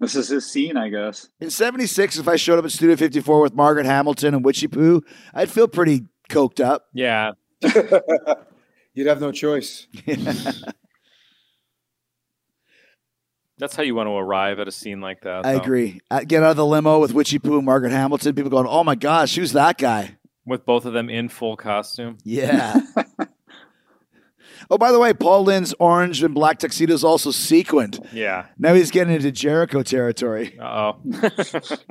This is his scene, I guess. In '76, if I showed up at Studio 54 with Margaret Hamilton and Witchy Poo, I'd feel pretty coked up. Yeah, You'd have no choice. that's how you want to arrive at a scene like that. I though. agree. I get out of the limo with Witchy Poo and Margaret Hamilton. People going, "Oh my gosh, who's that guy?" With both of them in full costume. *laughs* Yeah. oh, by the way, Paul Lynn's orange and black tuxedo is also sequined. Yeah. Now he's getting into Jericho territory. Uh oh.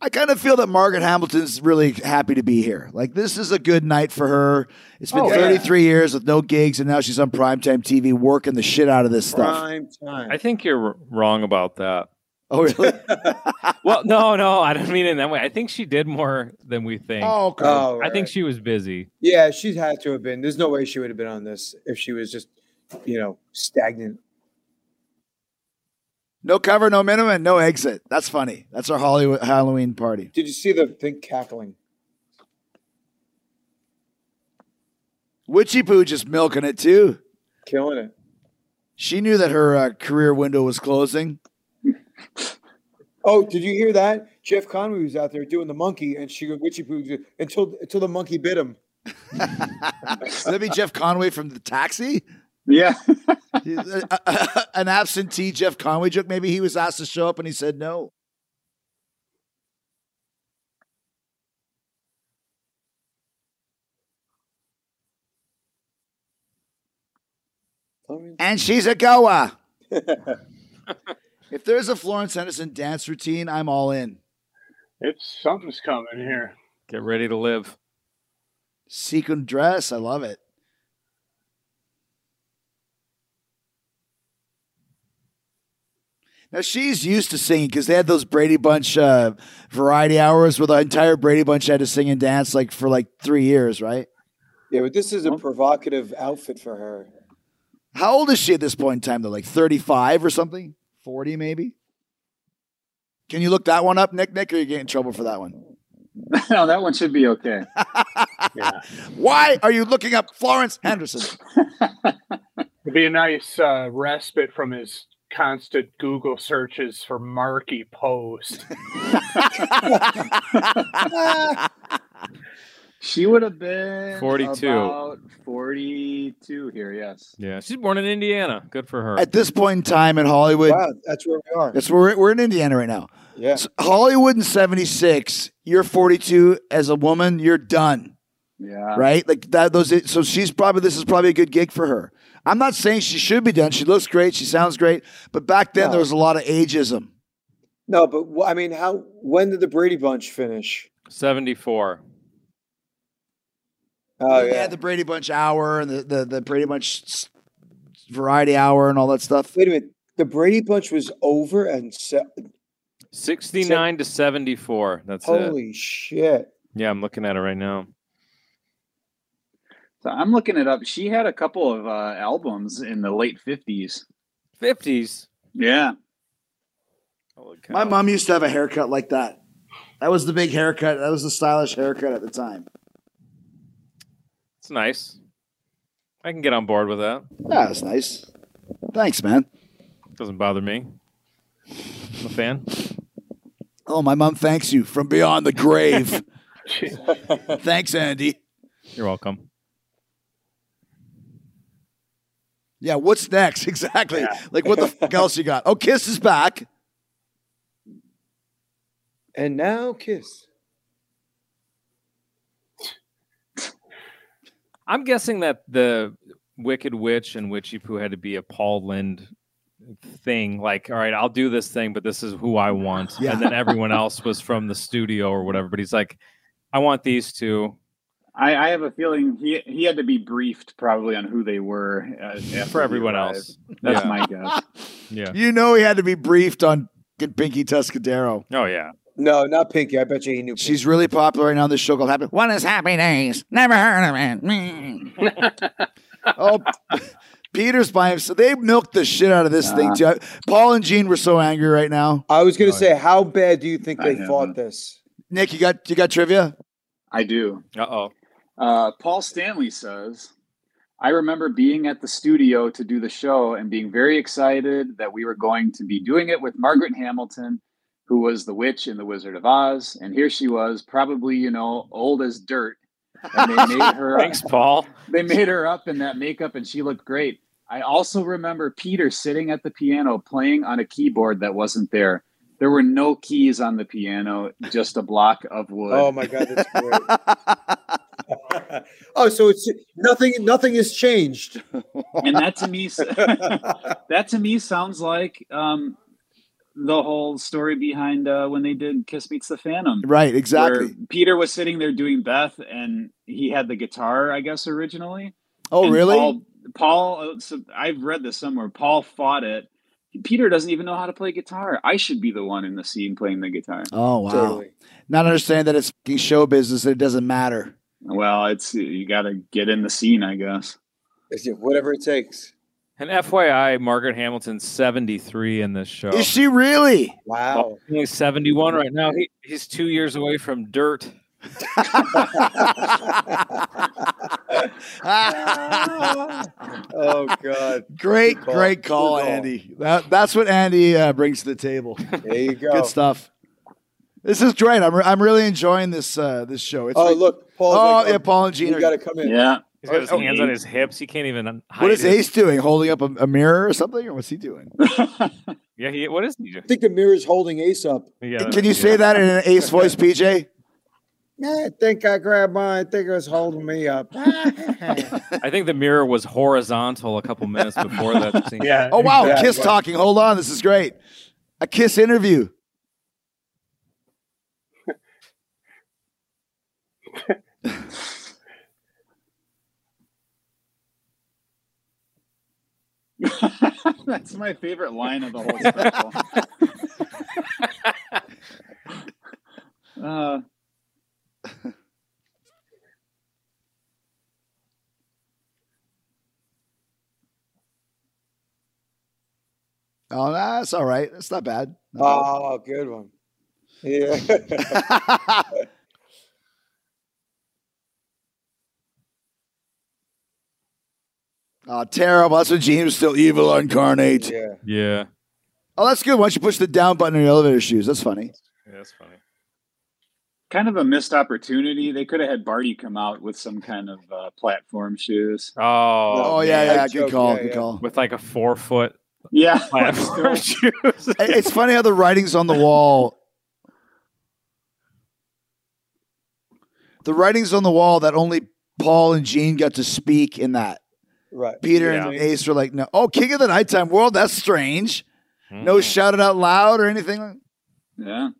I kind of feel that Margaret Hamilton's really happy to be here. Like this is a good night for her. It's been Oh, yeah. 33 years with no gigs, and now she's on primetime TV working the shit out of this stuff. Prime time. I think you're r- wrong about that. Oh, really? Well, no, no, I don't mean it in that way. I think she did more than we think. oh, okay. *laughs* Oh, I think right. she was busy. yeah, she had to have been. There's no way she would have been on this if she was just, you know, stagnant. No cover, no minimum, no exit. That's funny. That's our Hollywood Halloween party. Did you see the thing cackling? Witchy Poo just milking it too. Killing it. She knew that her uh, career window was closing. Oh, did you hear that? Jeff Conway was out there doing the monkey, and she goes, "Witchy poo," until until the monkey bit him. That'd be Jeff Conway from The Taxi. Uh, Yeah. *laughs* An absentee Jeff Conway joke. Maybe he was asked to show up and he said no. And she's a Goa. if there's a Florence Henderson dance routine, I'm all in. It's something's coming here. Get ready to live. Sequin dress. I love it. Now she's used to singing because they had those Brady Bunch uh, variety hours where the entire Brady Bunch had to sing and dance like for like three years, right? Yeah, but this is a provocative outfit for her. How old is she at this point in time though? Like thirty five or something? Forty maybe? Can you look that one up, Nick? Nick, or you get in trouble for that one? no, that one should be okay. Why are you looking up Florence Henderson? It'd be a nice uh, respite from his constant Google searches for Marky *laughs* Post. She would have been 42. about 42 here, yes. Yeah. She's born in Indiana. Good for her. At this point in time in Hollywood, Wow, that's where we are. that's where we're, we're in Indiana right now. Yeah, So Hollywood in 76, you're 42 as a woman, you're done, Yeah. right? Like that those so she's probably this is probably a good gig for her. I'm not saying she should be done. She looks great, she sounds great, but back then No. there was a lot of ageism. no, but wh- I mean, how? When did the Brady Bunch finish? 74. Oh They yeah. had the Brady Bunch hour and the the, the Brady Bunch s- variety hour and all that stuff. Wait a minute. The Brady Bunch was over, and se- 69 to 74. That's it. holy shit! Yeah, I'm looking at it right now. So I'm looking it up. She had a couple of uh, albums in the late 50s. 50s. Yeah. Holy cow. My mom used to have a haircut like that. That was the big haircut. That was the stylish haircut at the time. It's nice. I can get on board with that. Yeah, that's nice. Thanks, man. Doesn't bother me. I'm a fan. Oh, my mom thanks you from beyond the grave. thanks, Andy. You're welcome. Yeah, what's *laughs* next? Exactly. Like, what the fuck else you got? Oh, Kiss is back. And now kiss. I'm guessing that the Wicked Witch and Witchy Poo had to be a Paul Lind thing. Like, all right, I'll do this thing, but this is who I want. Yeah. And then everyone else was from the studio or whatever. But he's like, I want these two. I, I have a feeling he he had to be briefed probably on who they were uh, after for he everyone arrived. else. That's Yeah. my guess. Yeah. You know he had to be briefed on good Pinky Tuscadero. Oh yeah. No, not Pinky. I bet you he knew. Pinky. She's really popular right now. on This show called Happy. What is Happy Days? Never heard of it. Mm. oh, *laughs* Peter's by him. So they milked the shit out of this thing too. I- Paul and Gene were so angry right now. I was going to say, how bad do you think I they fought haven't. this? Nick, you got you got trivia? I do. Uh oh. Uh, Paul Stanley says, I remember being at the studio to do the show and being very excited that we were going to be doing it with Margaret Hamilton, who was the witch in The Wizard of Oz. And here she was, probably, you know, old as dirt. And they *laughs* made her Thanks, Paul. they made her up in that makeup and she looked great. I also remember Peter sitting at the piano playing on a keyboard that wasn't there. There were no keys on the piano, just a block of wood. Oh my god, that's great. *laughs* oh, so it's nothing. Nothing has changed. and that to me *laughs* that to me sounds like um, the whole story behind uh, when they did kiss meets the phantom Right, exactly. where peter was sitting there doing beth and he had the guitar i guess originally oh, And really? paul, paul uh, so i've read this somewhere paul fought it peter doesn't even know how to play guitar i should be the one in the scene playing the guitar oh, wow. Totally. Not understanding that it's fucking show business. That it doesn't matter. well it's you gotta get in the scene i guess It's- Whatever it takes. And FYI, Margaret Hamilton's 73 in this show. Is she really? *laughs* Wow. He's only 71 right now. He, he's two years away from dirt. *laughs* Oh god. great, Good great call. call, Good call. Oh, Andy. That, that's what Andy uh, brings to the *laughs* table. There you go. Good stuff. This is great. I'm, re- I'm really enjoying this uh, this show. It's Oh like- look, Paul's oh like, yeah, oh, Paul and Gene. you Are, got to come in. yeah He's got his Oh, hands on his hips. He can't even. what hide is it. Ace doing? Holding up a, a mirror or something, or what's he doing? Yeah. He, what is he doing? I think the mirror's holding Ace up. Yeah. Can you say that in an *laughs* Ace voice, PJ? Yeah, I think I grabbed mine. I think it was holding me up. *laughs* I think the mirror was horizontal a couple minutes before that scene. Yeah. Oh wow, Yeah, Kiss yeah. talking. Hold on, this is great. A Kiss interview. that's my favorite line of the whole special uh, Oh, that's all right. That's not bad. Not oh, good one. Yeah. *laughs* bad. oh, terrible. That's when Gene was still evil incarnate. yeah. Yeah. Oh, that's good. Why don't you push the down button on your elevator shoes? That's funny. Yeah, that's funny. kind of a missed opportunity. They could have had Barty come out with some kind of uh, platform shoes. Oh, Oh, yeah, man. yeah. I Good joke. call. Yeah, Good yeah. call. with like a four foot Yeah, platform shoes. *laughs* It- It's funny how the writing's on the wall. The writing's on the wall that only Paul and Gene got to speak in that. Right. Peter and Yeah. Ace were like, no. Oh, King of the Nighttime World. That's strange. Hmm. No shouted out loud or anything. yeah.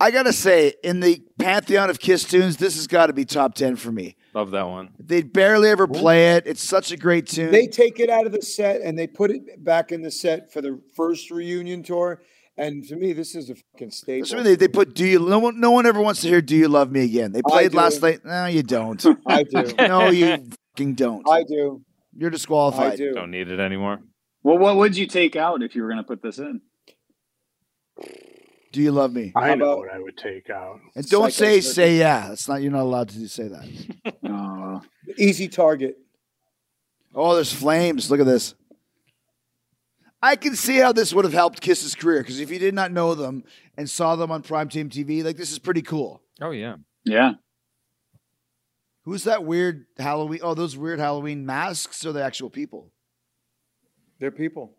I got to say, in the pantheon of Kiss tunes, this has got to be top 10 for me. Love that one. They barely ever play it. It's such a great tune. They take it out of the set and they put it back in the set for the first reunion tour. And to me, this is a fucking staple. That's when they, they put "Do you"? No one, no one ever wants to hear "Do you love me again." They played do. last night. No, you don't. I do. *laughs* no, *laughs* you fucking don't. I do. You're I disqualified. do. Don't need it anymore. Well, what would you take out if you were going to put this in? Do you love me? I How know about- what I would take out. And don't say Psycho- "say yeah." That's not. You're not allowed to say that. Oh, Easy target. Oh, there's flames. Look at this. I can see how this would have helped Kiss's career because if you did not know them and saw them on primetime TV, like this is pretty cool. Oh yeah. yeah. Who's that weird Halloween? Oh, those weird Halloween masks are the actual people. They're people.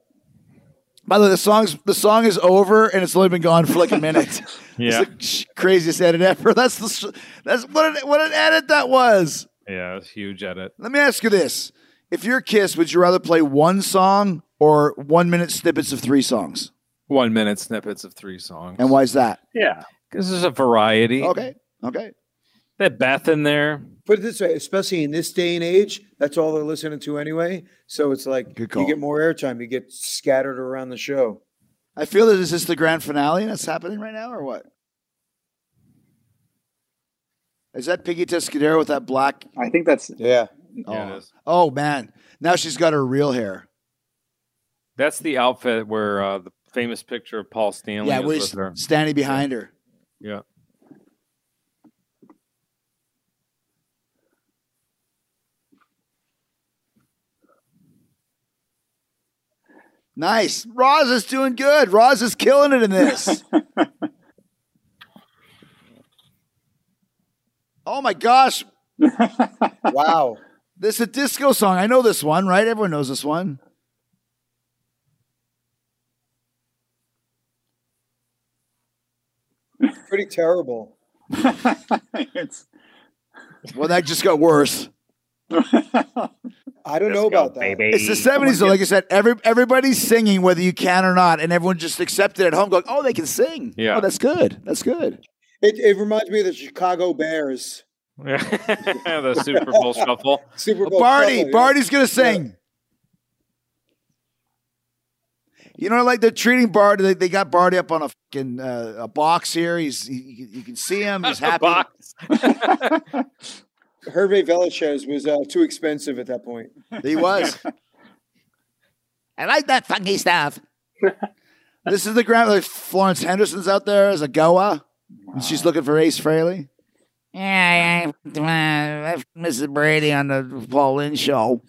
By the way, the song's the song is over and it's only been gone for like a minute. Yeah. It's the sh- craziest edit ever. *laughs* That's the sh- that's what an, what an edit that was. Yeah. It's huge edit. Let me ask you this: If you're Kiss, would you rather play one song or one minute snippets of three songs? One minute snippets of three songs. And why is that? Yeah. Oh. Because there's a variety. Okay, okay. They had Beth in there. Put it this way, especially in this day and age, that's all they're listening to anyway. So it's like Good you call. get more airtime, you get scattered around the show. I feel that is this the grand finale that's happening right now, or what? Is that Piggy Tescadero with that black? I think that's *laughs* Yeah. Yeah, Oh. it is. Oh man, now she's got her real hair. That's the outfit where uh, the famous picture of Paul Stanley yeah, is we're with her. standing behind her. Yeah. Nice. Roz is doing good. Roz is killing it in this. oh my gosh, Wow. this is a disco song. I know this one, right? Everyone knows this one. Pretty terrible. it's Well, that just got worse. I don't know about that. It's the seventies, though. Like I said, every everybody's singing whether you can or not, and everyone just accepted at home, going, "Oh, they can sing. Yeah. oh, that's good. That's good." It, it reminds me of the Chicago Bears *laughs* the Super Bowl shuffle. Super Bowl. Barty, Shuffle, yeah. Barty's gonna sing. You know, like they're treating Barty. They, they got Barty up on a fucking uh, a box here. He's he, you can- you can see him. *laughs* He's *laughs* happy. Box. Hervé Velasquez was uh, too expensive at that point. He *laughs* was. I like that funky *laughs* stuff. this is the ground. Like Florence Henderson's out there as a Goa, and she's looking for Ace Frehley. Yeah, yeah, Mrs. Brady on the Paul Lynn show.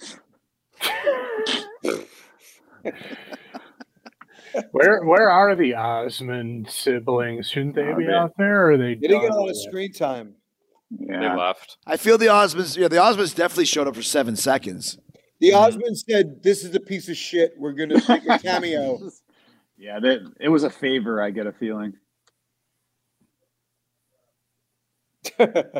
Where where are the Osmond siblings? Shouldn't they Oh, Are be they- out there? Or are they? They didn't get a done lot of yet? screen time. They yeah. left. I feel the Osmonds. Yeah, the Osmonds definitely showed up for seven seconds. The Mm-hmm. Osmond said, "This is a piece of shit. We're gonna make *laughs* a cameo." Yeah, that it was a favor. I get a feeling. *laughs*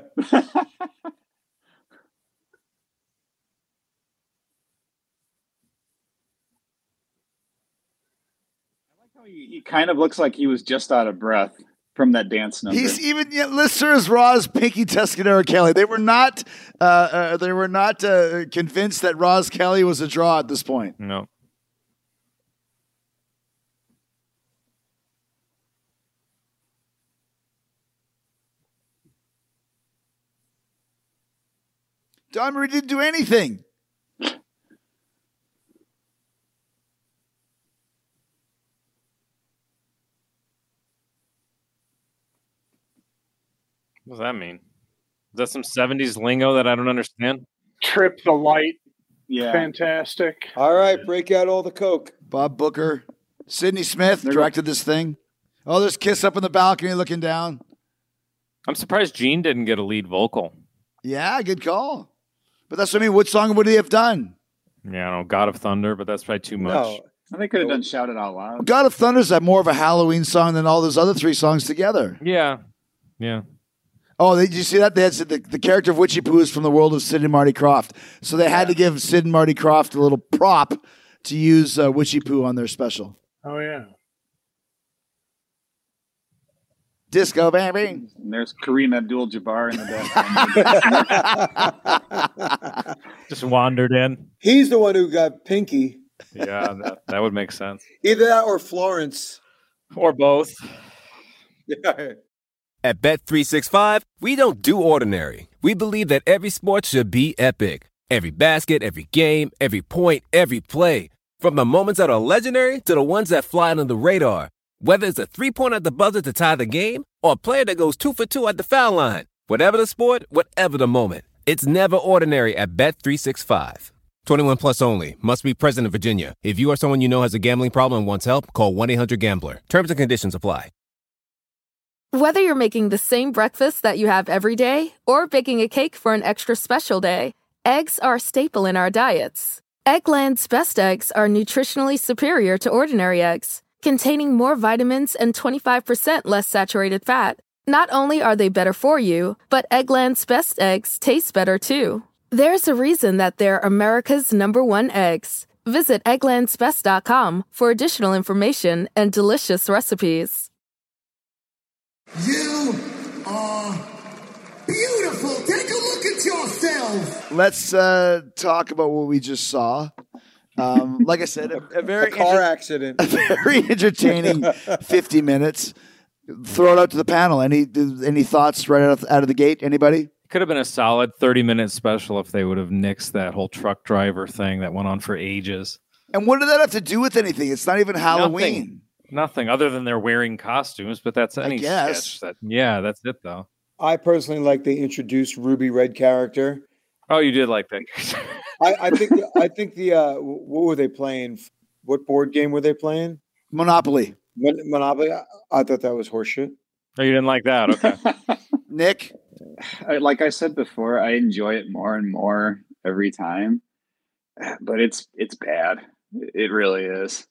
He he kind of looks like he was just out of breath from that dance number. He's even yet listeners Roz, Pinky Tuscadero, Kelly. They were not. Uh, uh, they were not uh, convinced that Roz Kelly was a draw at this point. No. Don Marie didn't do anything. What does that mean? Is that some 70s lingo that I don't understand? Trip the light. yeah, Fantastic. all right, break out all the coke. Bob Booker, Sidney Smith directed this thing. Oh, there's Kiss up in the balcony looking down. I'm surprised Gene didn't get a lead vocal. Yeah, good call. But that's what I mean. What song would he have done? Yeah, I don't know. God of Thunder, but that's probably too much. No, they could have done shout it out loud. God of Thunder's that more of a Halloween song than all those other three songs together. Yeah. Yeah. Oh, they, did you see that? They had said the, the character of Witchy Poo is from the world of Sid and Marty Croft. So they had to give Sid and Marty Croft a little prop to use uh, Witchy Poo on their special. Oh yeah. Disco, baby. And there's Kareem Abdul-Jabbar in the background. Just wandered in. he's the one who got Pinky. Yeah, that, that would make sense. Either that or Florence. *laughs* Or both. At Bet365, we don't do ordinary. We believe that every sport should be epic. Every basket, every game, every point, every play. From the moments that are legendary to the ones that fly under the radar. Whether it's a three-pointer at the buzzer to tie the game or a player that goes two for two at the foul line. Whatever the sport, whatever the moment. It's never ordinary at Bet365. 21 plus only. Must be present in Virginia. If you or someone you know has a gambling problem and wants help, call 1-800-GAMBLER. Terms and conditions apply. Whether you're making the same breakfast that you have every day or baking a cake for an extra special day, eggs are a staple in our diets. Eggland's best eggs are nutritionally superior to ordinary eggs, containing more vitamins and 25% less saturated fat. Not only are they better for you, but Eggland's best eggs taste better too. There's a reason that they're America's number one eggs. Visit egglandsbest.com for additional information and delicious recipes. You are beautiful. beautiful. Take a look at yourselves. Let's uh, talk about what we just saw. Um, like I said, a, a very A car inter- accident. *laughs* very entertaining 50 minutes. Throw it out to the panel. Any any thoughts right out of, out of the gate? Anybody? Could have been a solid 30 minute special if they would have nixed that whole truck driver thing that went on for ages. And what did that have to do with anything? It's not even Halloween. Nothing other than they're wearing costumes, but that's any guess. sketch that yeah, that's it though. I personally like they introduced Ruby Red character. Oh, you did like that. I, I think the, I think the uh, wh- what were they playing? What board game were they playing? Monopoly. Mon- Monopoly. I, I thought that was horseshit. *laughs* oh, you didn't like that. Okay. Nick, I- like I said before, I enjoy it more and more every time, but it's it's bad. It really is.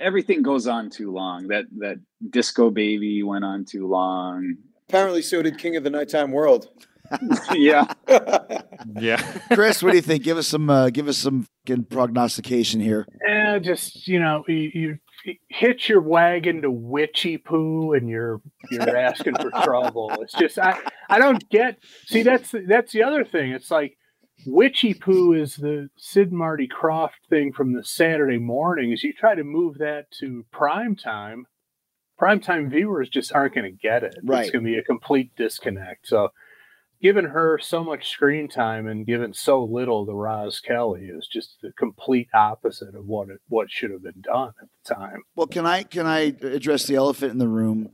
Everything goes on too long. That that disco baby went on too long. *laughs* Apparently, so did King of the Nighttime World. yeah, yeah. Chris, what do you think? Give us some uh, give us some fucking prognostication here. Eh, just you know, you, you you hitch your wagon to witchy poo, and you're you're asking for trouble. It's just I I don't get. See, that's that's the other thing. It's like witchy poo is the Sid Marty Croft thing from the Saturday mornings. You try to move that to prime time. Primetime viewers just aren't going to get it. Right. It's going to be a complete disconnect. So, given her so much screen time and given so little to Roz Kelly is just the complete opposite of what it, what should have been done at the time. Well, can I can I address the elephant in the room?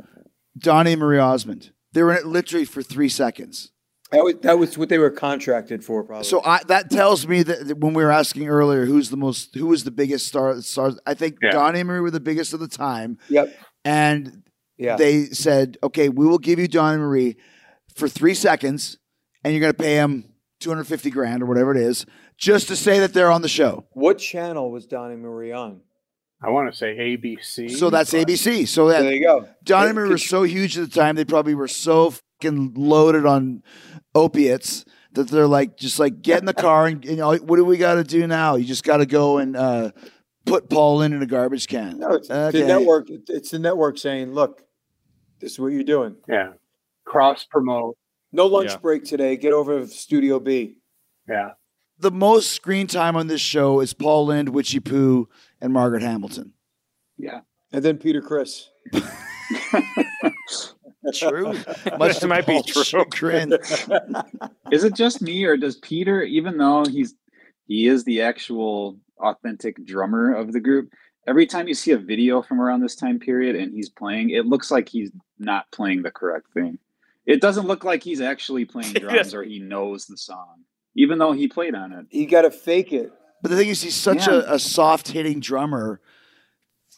Donnie and Marie Osmond. They were in it literally for three seconds. That was that was what they were contracted for, probably. So I, that tells me that that when we were asking earlier, who's the most, who was the biggest star? Stars, I think Yeah. Donnie and Marie were the biggest of the time, yep, and yeah. they said, "Okay, we will give you Donnie and Marie for three seconds, and you're going to pay him 250 grand or whatever it is, just to say that they're on the show." what channel was Donnie Marie on? I want to say ABC. So that's but- ABC. So that There you go. Don and It- Marie were so huge at the time, they probably were so fucking loaded on opiates that they're like, just like, get in the car and, you know, what do we got to do now? You just got to go and uh, put Paul in in a garbage can. No, it's Okay. the network. It's the network saying, "Look, this is what you're doing. Yeah. Cross promote. No lunch Yeah. break today. Get over to Studio B." Yeah. The most screen time on this show is Paul Lind, Witchy Poo, and Margaret Hamilton. yeah. And then Peter Chris. True. *laughs* Much to That might be Paul's true. chagrin. Is it just me, or does Peter, even though he's he is the actual authentic drummer of the group, every time you see a video from around this time period and he's playing, it looks like he's not playing the correct thing. It doesn't look like he's actually playing drums or he knows the song, even though he played on it. You got to fake it. But the thing is, he's such Yeah. a, a soft hitting drummer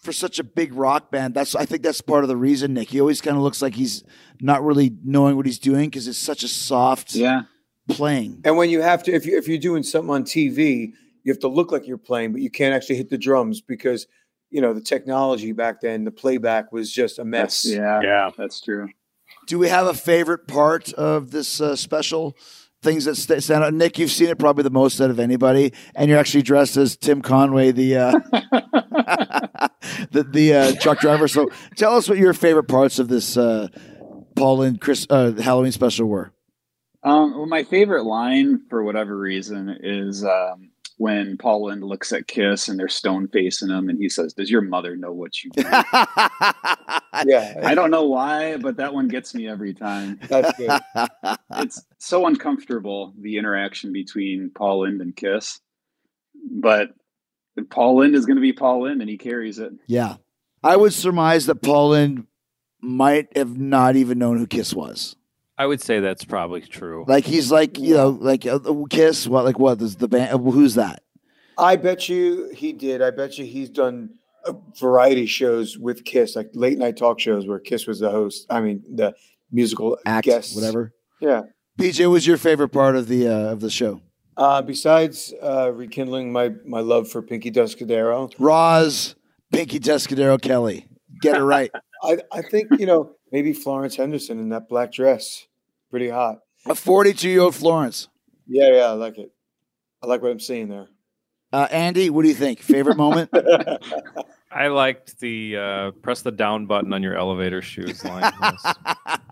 for such a big rock band. That's I think that's part of the reason, Nick. He always kind of looks like he's not really knowing what he's doing because it's such a soft Yeah, playing. And when you have to, if you if you're doing something on TV, you have to look like you're playing, but you can't actually hit the drums because you know the technology back then, the playback was just a mess. that's yeah, Yeah. that's true. Do we have a favorite part of this uh, special? Things that st- stand out. Nick, you've seen it probably the most out of anybody, and you're actually dressed as Tim Conway, the uh, *laughs* the, the uh, truck driver. So, tell us what your favorite parts of this uh, Paul and Chris uh, Halloween special were. *laughs* Um, well, my favorite line, for whatever reason, is um, when Paul Lind looks at Kiss and they're stone facing him, and he says, "Does your mother know what you?" do?" yeah, I don't know why, but that one gets me every time. that's *laughs* good. It's so uncomfortable the interaction between Paul Lind and Kiss, but Paul Lind is going to be Paul Lind, and he carries it. Yeah. I would surmise that Paulin might have not even known who Kiss was. I would say that's probably true. Like he's like, you know, like uh, uh, Kiss, what like what is the band uh, who's that? I bet you he did. I bet you he's done a variety shows with Kiss, like late night talk shows where Kiss was the host. I mean, the musical Act guest, whatever. Yeah. PJ what was your favorite part of the uh, of the show. Uh, besides uh, rekindling my my love for Pinky Descadero, Roz, Pinky Descadero Kelly. Get it right. I, I think you know maybe Florence Henderson in that black dress, pretty hot. A 42 year old Florence. Yeah, yeah, I like it. I like what I'm seeing there. Uh, Andy, what do you think? Favorite moment? I liked the uh, press the down button on your elevator shoes line. That was,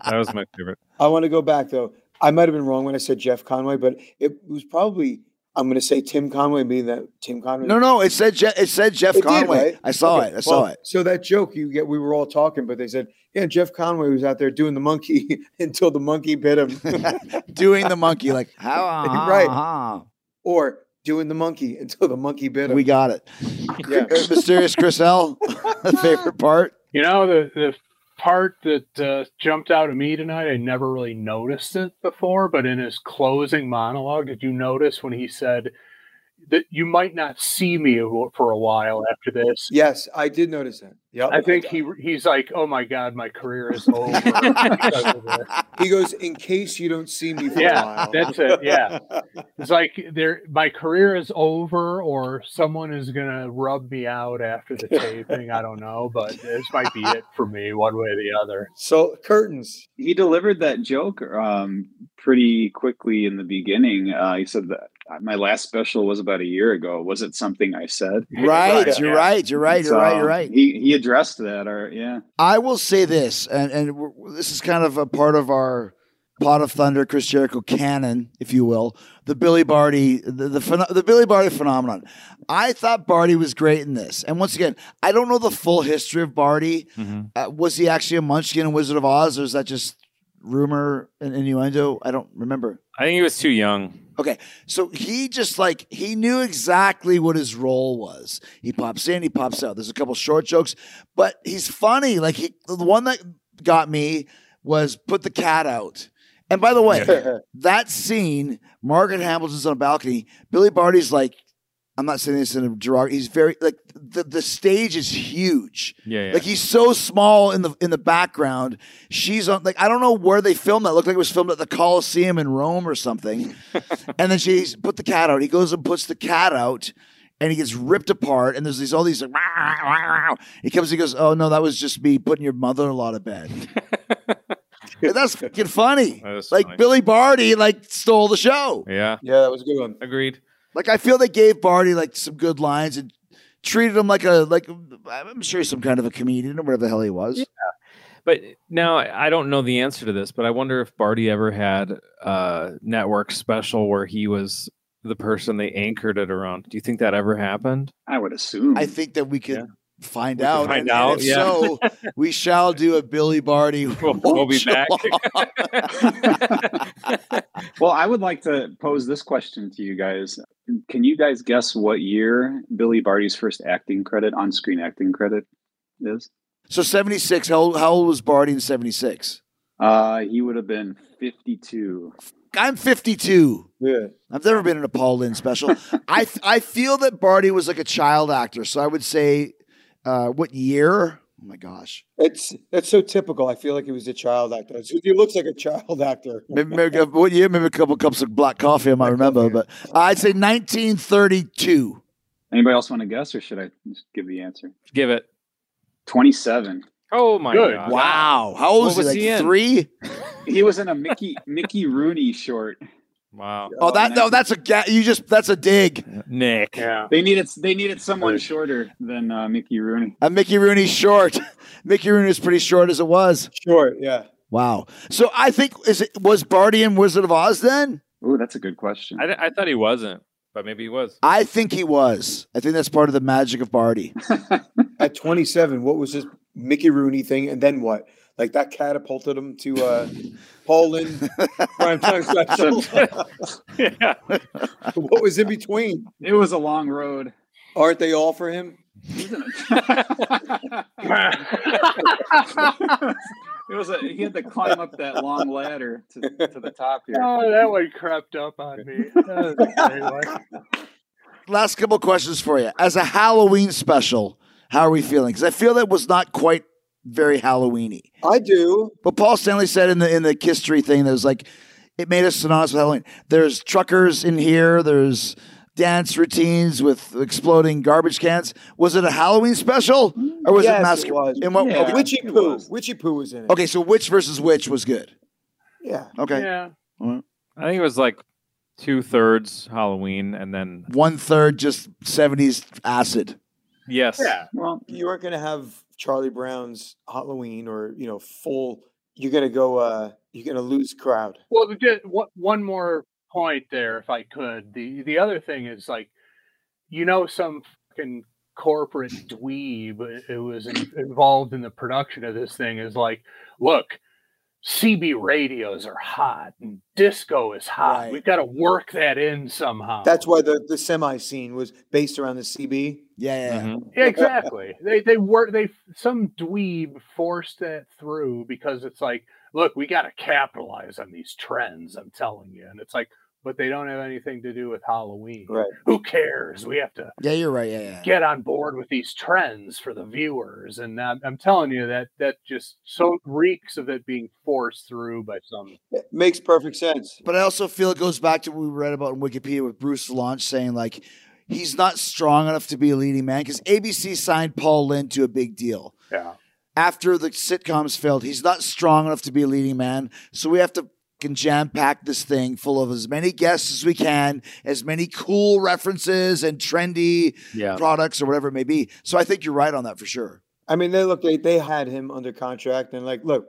that was my favorite. I want to go back though. I might have been wrong when I said Jeff Conway, but it was probably I'm going to say Tim Conway, being that Tim Conway. No, no, it said Je- it said Jeff It did, Conway. right? I saw Okay, it. I saw well, it. So that joke you get, we were all talking, but they said, "Yeah, Jeff Conway was out there doing the monkey *laughs* until the monkey bit *laughs* him." Doing the monkey like how Right. or doing the monkey until the monkey bit him. We got it. yeah. Mysterious Chris *laughs* L. favorite part. You know, the, the part that uh, jumped out at me tonight, I never really noticed it before, but in his closing monologue, did you notice when he said that you might not see me for a while after this? Yes, I did notice that. Yeah, I think he he's like, oh my god, my career is over. because of this." he goes, "In case you don't see me for a yeah, while." that's it. *laughs* Yeah, it's like there, my career is over, or someone is gonna rub me out after *laughs* the taping. I don't know, but this might be it for me, one way or the other. so curtains. he delivered that joke um, pretty quickly in the beginning. Uh, he said that my last special was about a year ago. Was it something I said? Right, Right, you're yeah. right, you're right, you're So right, you're right. He he addressed that, or yeah, I will say this, and and we're, this is kind of a part of our pot of thunder, Chris Jericho canon, if you will, the Billy Barty, the the, pheno- the Billy Barty phenomenon. I thought Barty was great in this, and once again, I don't know the full history of Barty. Mhm. Uh, was he actually a Munchkin in Wizard of Oz, or is that just rumor and innuendo? I don't remember. I think he was too young. Okay, so he just like he knew exactly what his role was. He pops in, he pops out. There's a couple short jokes, but he's funny. Like he, the one that got me was put the cat out. And by the way, that scene, Margaret Hamilton's on a balcony. Billy Barty's like, I'm not saying this in a derog. He's very like the the stage is huge. Yeah, yeah. Like he's so small in the in the background. She's on like I don't know where they filmed that. It looked like it was filmed at the Coliseum in Rome or *laughs* something. and then she's put the cat out. He goes and puts the cat out and he gets ripped apart and there's these all these like, "Wah, wah, wah." he comes he goes, Oh no, that was just me putting your mother in law to *laughs* bed. And that's fucking funny. That is like funny. Billy Barty like stole the show. yeah, Yeah, that was a good one. agreed. Like I feel they gave Barty like some good lines and treated him like a like I'm sure he's some kind of a comedian or whatever the hell he was. But now I don't know the answer to this, but I wonder if Barty ever had a network special where he was the person they anchored it around. Do you think that ever happened? I would assume. I think that we could find We could out. find and- and out, if yeah. so, we shall do a Billy Barty. We'll, we'll be back. well, I would like to pose this question to you guys. Can you guys guess what year Billy Barty's first acting credit, on-screen acting credit, is? so 76, how, how old was Barty in 76? Uh, he would have been fifty-two. I'm 52. Yeah, I've never been in a Paul Lynn special. I, I feel that Barty was like a child actor. So I would say, uh, what year? Oh my gosh. it's that's so typical. I feel like he was a child actor. He looks like a child actor. Maybe, maybe, what year? Maybe a couple cups of black coffee. I might remember, but I'd say 1932. Anybody else want to guess, or should I just give the answer? Give it. Twenty-seven. Oh my Good. god! Wow. How old What was, was he? he Like in? three? He was in a Mickey Mickey Rooney short. Wow, Oh, that no, that's a ga- you just that's a dig. Nick. Yeah, They needed they needed someone shorter than uh, Mickey Rooney. A Mickey Rooney short. *laughs* Mickey Rooney is pretty short as it was. Sure. Yeah. Wow. So I think is it was Barty in Wizard of Oz then? Oh, that's a good question. I, di- I thought he wasn't, but maybe he was. I think he was. I think that's part of the magic of Barty. At 27, what was this Mickey Rooney thing? And then what? Like that catapulted him to uh, Paul *laughs* Lynn primetime special. yeah. what was in between? it was a long road. Aren't they all for him? It was a, he had to climb up that long ladder to, to the top *laughs* here. oh, that one crept up on me. That was a great one. Last couple questions for you. As a Halloween special, how are we feeling? Because I feel that was not quite very Halloweeny. I do. But Paul Stanley said in the in the Kiss Tree thing that was like it made us synonymous with Halloween. There's truckers in here. There's dance routines with exploding garbage cans. Was it a Halloween special or was it yes, it masquerade? was. In what- Yeah. Oh, Witchy it Poo. was. Witchy Poo was in it. Okay, so which versus which was good? Yeah. Okay, Yeah, I think it was like two thirds Halloween, and then one third just seventies acid. yes, yeah. Well, You aren't going to have Charlie Brown's Halloween or, you know, full. You're going to go, uh, You're going to lose crowd. Well, just one one more point there, if I could. The the other thing is like, you know, some fucking corporate dweeb uh, who was in, involved in the production of this thing is like, look, CB radios are hot and disco is hot. Right. We've got to work that in somehow. That's why the, the semi scene was based around the CB. Yeah, yeah. Mhm. Yeah, exactly. they they were they some dweeb forced that through because it's like, look, we got to capitalize on these trends. I'm telling you, and it's like, but they don't have anything to do with Halloween. Right. Who cares? We have to Yeah, you're right. Yeah, yeah. get on board with these trends for the viewers, and I'm, I'm telling you that that just so reeks of it being forced through by some. It makes perfect sense. But I also feel it goes back to what we read about in Wikipedia with Bruce Launch saying like he's not strong enough to be a leading man because ABC signed Paul Lynn to a big deal. Yeah. After the sitcoms failed, he's not strong enough to be a leading man, so we have to can jam pack this thing full of as many guests as we can, as many cool references and trendy Yeah. products or whatever it may be. So I think you're right on that for sure. I mean, they look, they, they had him under contract and, like, look,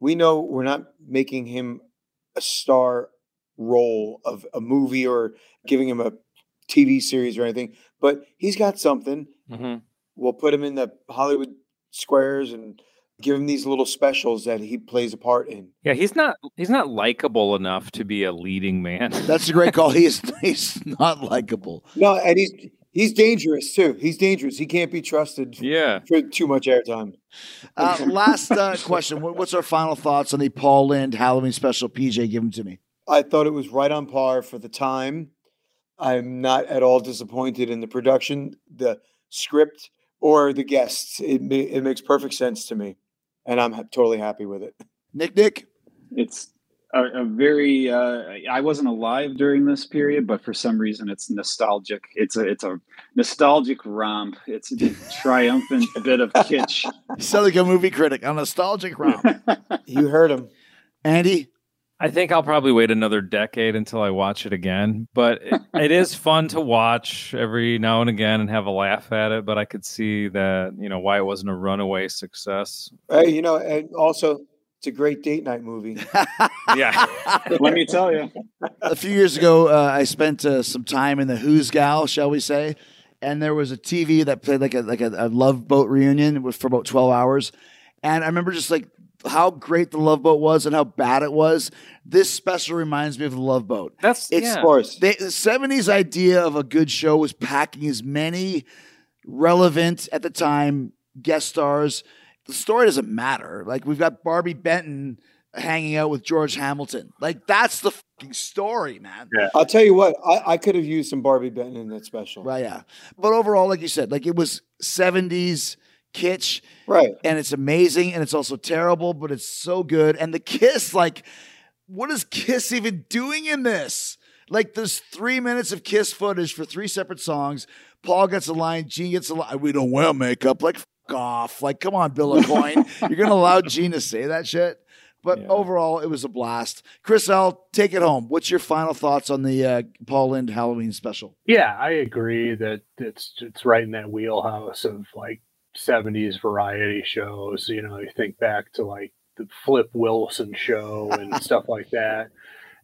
we know we're not making him a star role of a movie or giving him a TV series or anything, but he's got something. hmm we'll put him in the Hollywood squares and give him these little specials that he plays a part in. Yeah, he's not he's not likable enough to be a leading man. That's a great call. He is *laughs* he's not likable. No, and he's he's dangerous too. He's dangerous. He can't be *laughs* trusted yeah. for too much airtime. *laughs* Uh, last uh, question. What, what's our final thoughts on the Paul Lind Halloween special? PJ, give them to me. I thought it was right on par for the time. I'm not at all disappointed in the production, the script, or the guests. It ma- it makes perfect sense to me, and I'm ha- totally happy with it. Nick, Nick. it's a, a very uh, i wasn't alive during this period but for some reason it's nostalgic it's a it's a nostalgic romp it's a triumphant bit of kitsch Sound like a movie critic, a nostalgic romp. You heard him. *laughs* Andy, I think I'll probably wait another decade until I watch it again, but *laughs* it, it is fun to watch every now and again and have a laugh at it, but I could see that, you know, why it wasn't a runaway success. Hey, you know, and also it's a great date night *laughs* movie. *laughs* Yeah. let me tell you a few years ago, uh, I spent uh, some time in the Who's Gal, shall we say, and there was a TV that played like a like a, a Love Boat reunion with, for about twelve hours, and I remember just like how great the Love Boat was and how bad it was. This special reminds me of the Love Boat. That's It's yeah. Of course. They, the 70s idea of a good show was packing as many relevant at the time guest stars. The story doesn't matter. Like we've got Barbie Benton hanging out with George Hamilton. Like that's the fucking story, man. Yeah. I'll tell you what, I, I could have used some Barbie Benton in that special. Right, yeah. But overall, like you said, like it was 70s kitsch Right. and it's amazing and it's also terrible, but it's so good. And the kiss, like, what is Kiss even doing in this? Like, there's three minutes of Kiss footage for three separate songs. Paul gets a line, Gene gets a line. We don't wear makeup. Like, f- off. Like, come on, Bill O'Coin. You're going to allow Gene to say that shit? But Yeah. overall, it was a blast. Chris, I'll take it home. What's your final thoughts on the uh, Paul Lind Halloween special? Yeah, I agree that it's it's right in that wheelhouse of like seventies variety shows. You know, you think back to like the Flip Wilson show and stuff like that.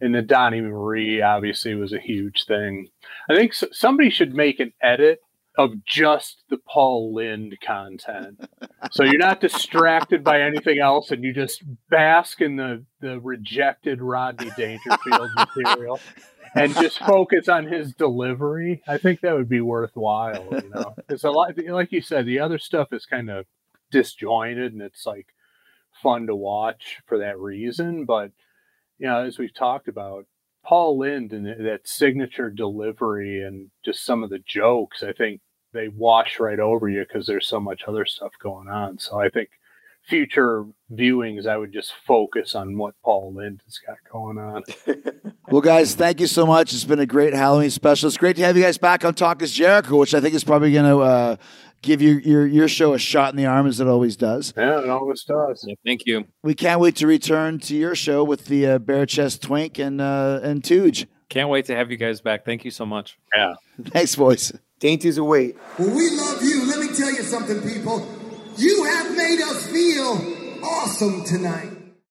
And the Donnie Marie obviously was a huge thing. I think s somebody should make an edit of just the Paul Lind content. so you're not distracted by anything else and you just bask in the, the rejected Rodney Dangerfield material and just focus on his delivery, I think that would be worthwhile. You know, because a lot, like you said, the other stuff is kind of disjointed, and it's like fun to watch for that reason. But you know, as we've talked about, Paul Lind and that signature delivery, and just some of the jokes, I think they wash right over you because there's so much other stuff going on. So I think future viewings, I would just focus on what Paul Lind has got going on. Well, guys, thank you so much. It's been a great Halloween special. It's great to have you guys back on Talk is Jericho, which I think is probably going to uh, give you, your, your show a shot in the arm, as it always does. Yeah, it always does. Yeah, Thank you. We can't wait to return to your show with the uh, Bare Chest Twink and, uh, and Tooge. *laughs* Can't wait to have you guys back. Thank you so much. Thanks, boys. Dainties await. Well, we love you. Let me tell you something, people. You have made us feel awesome tonight.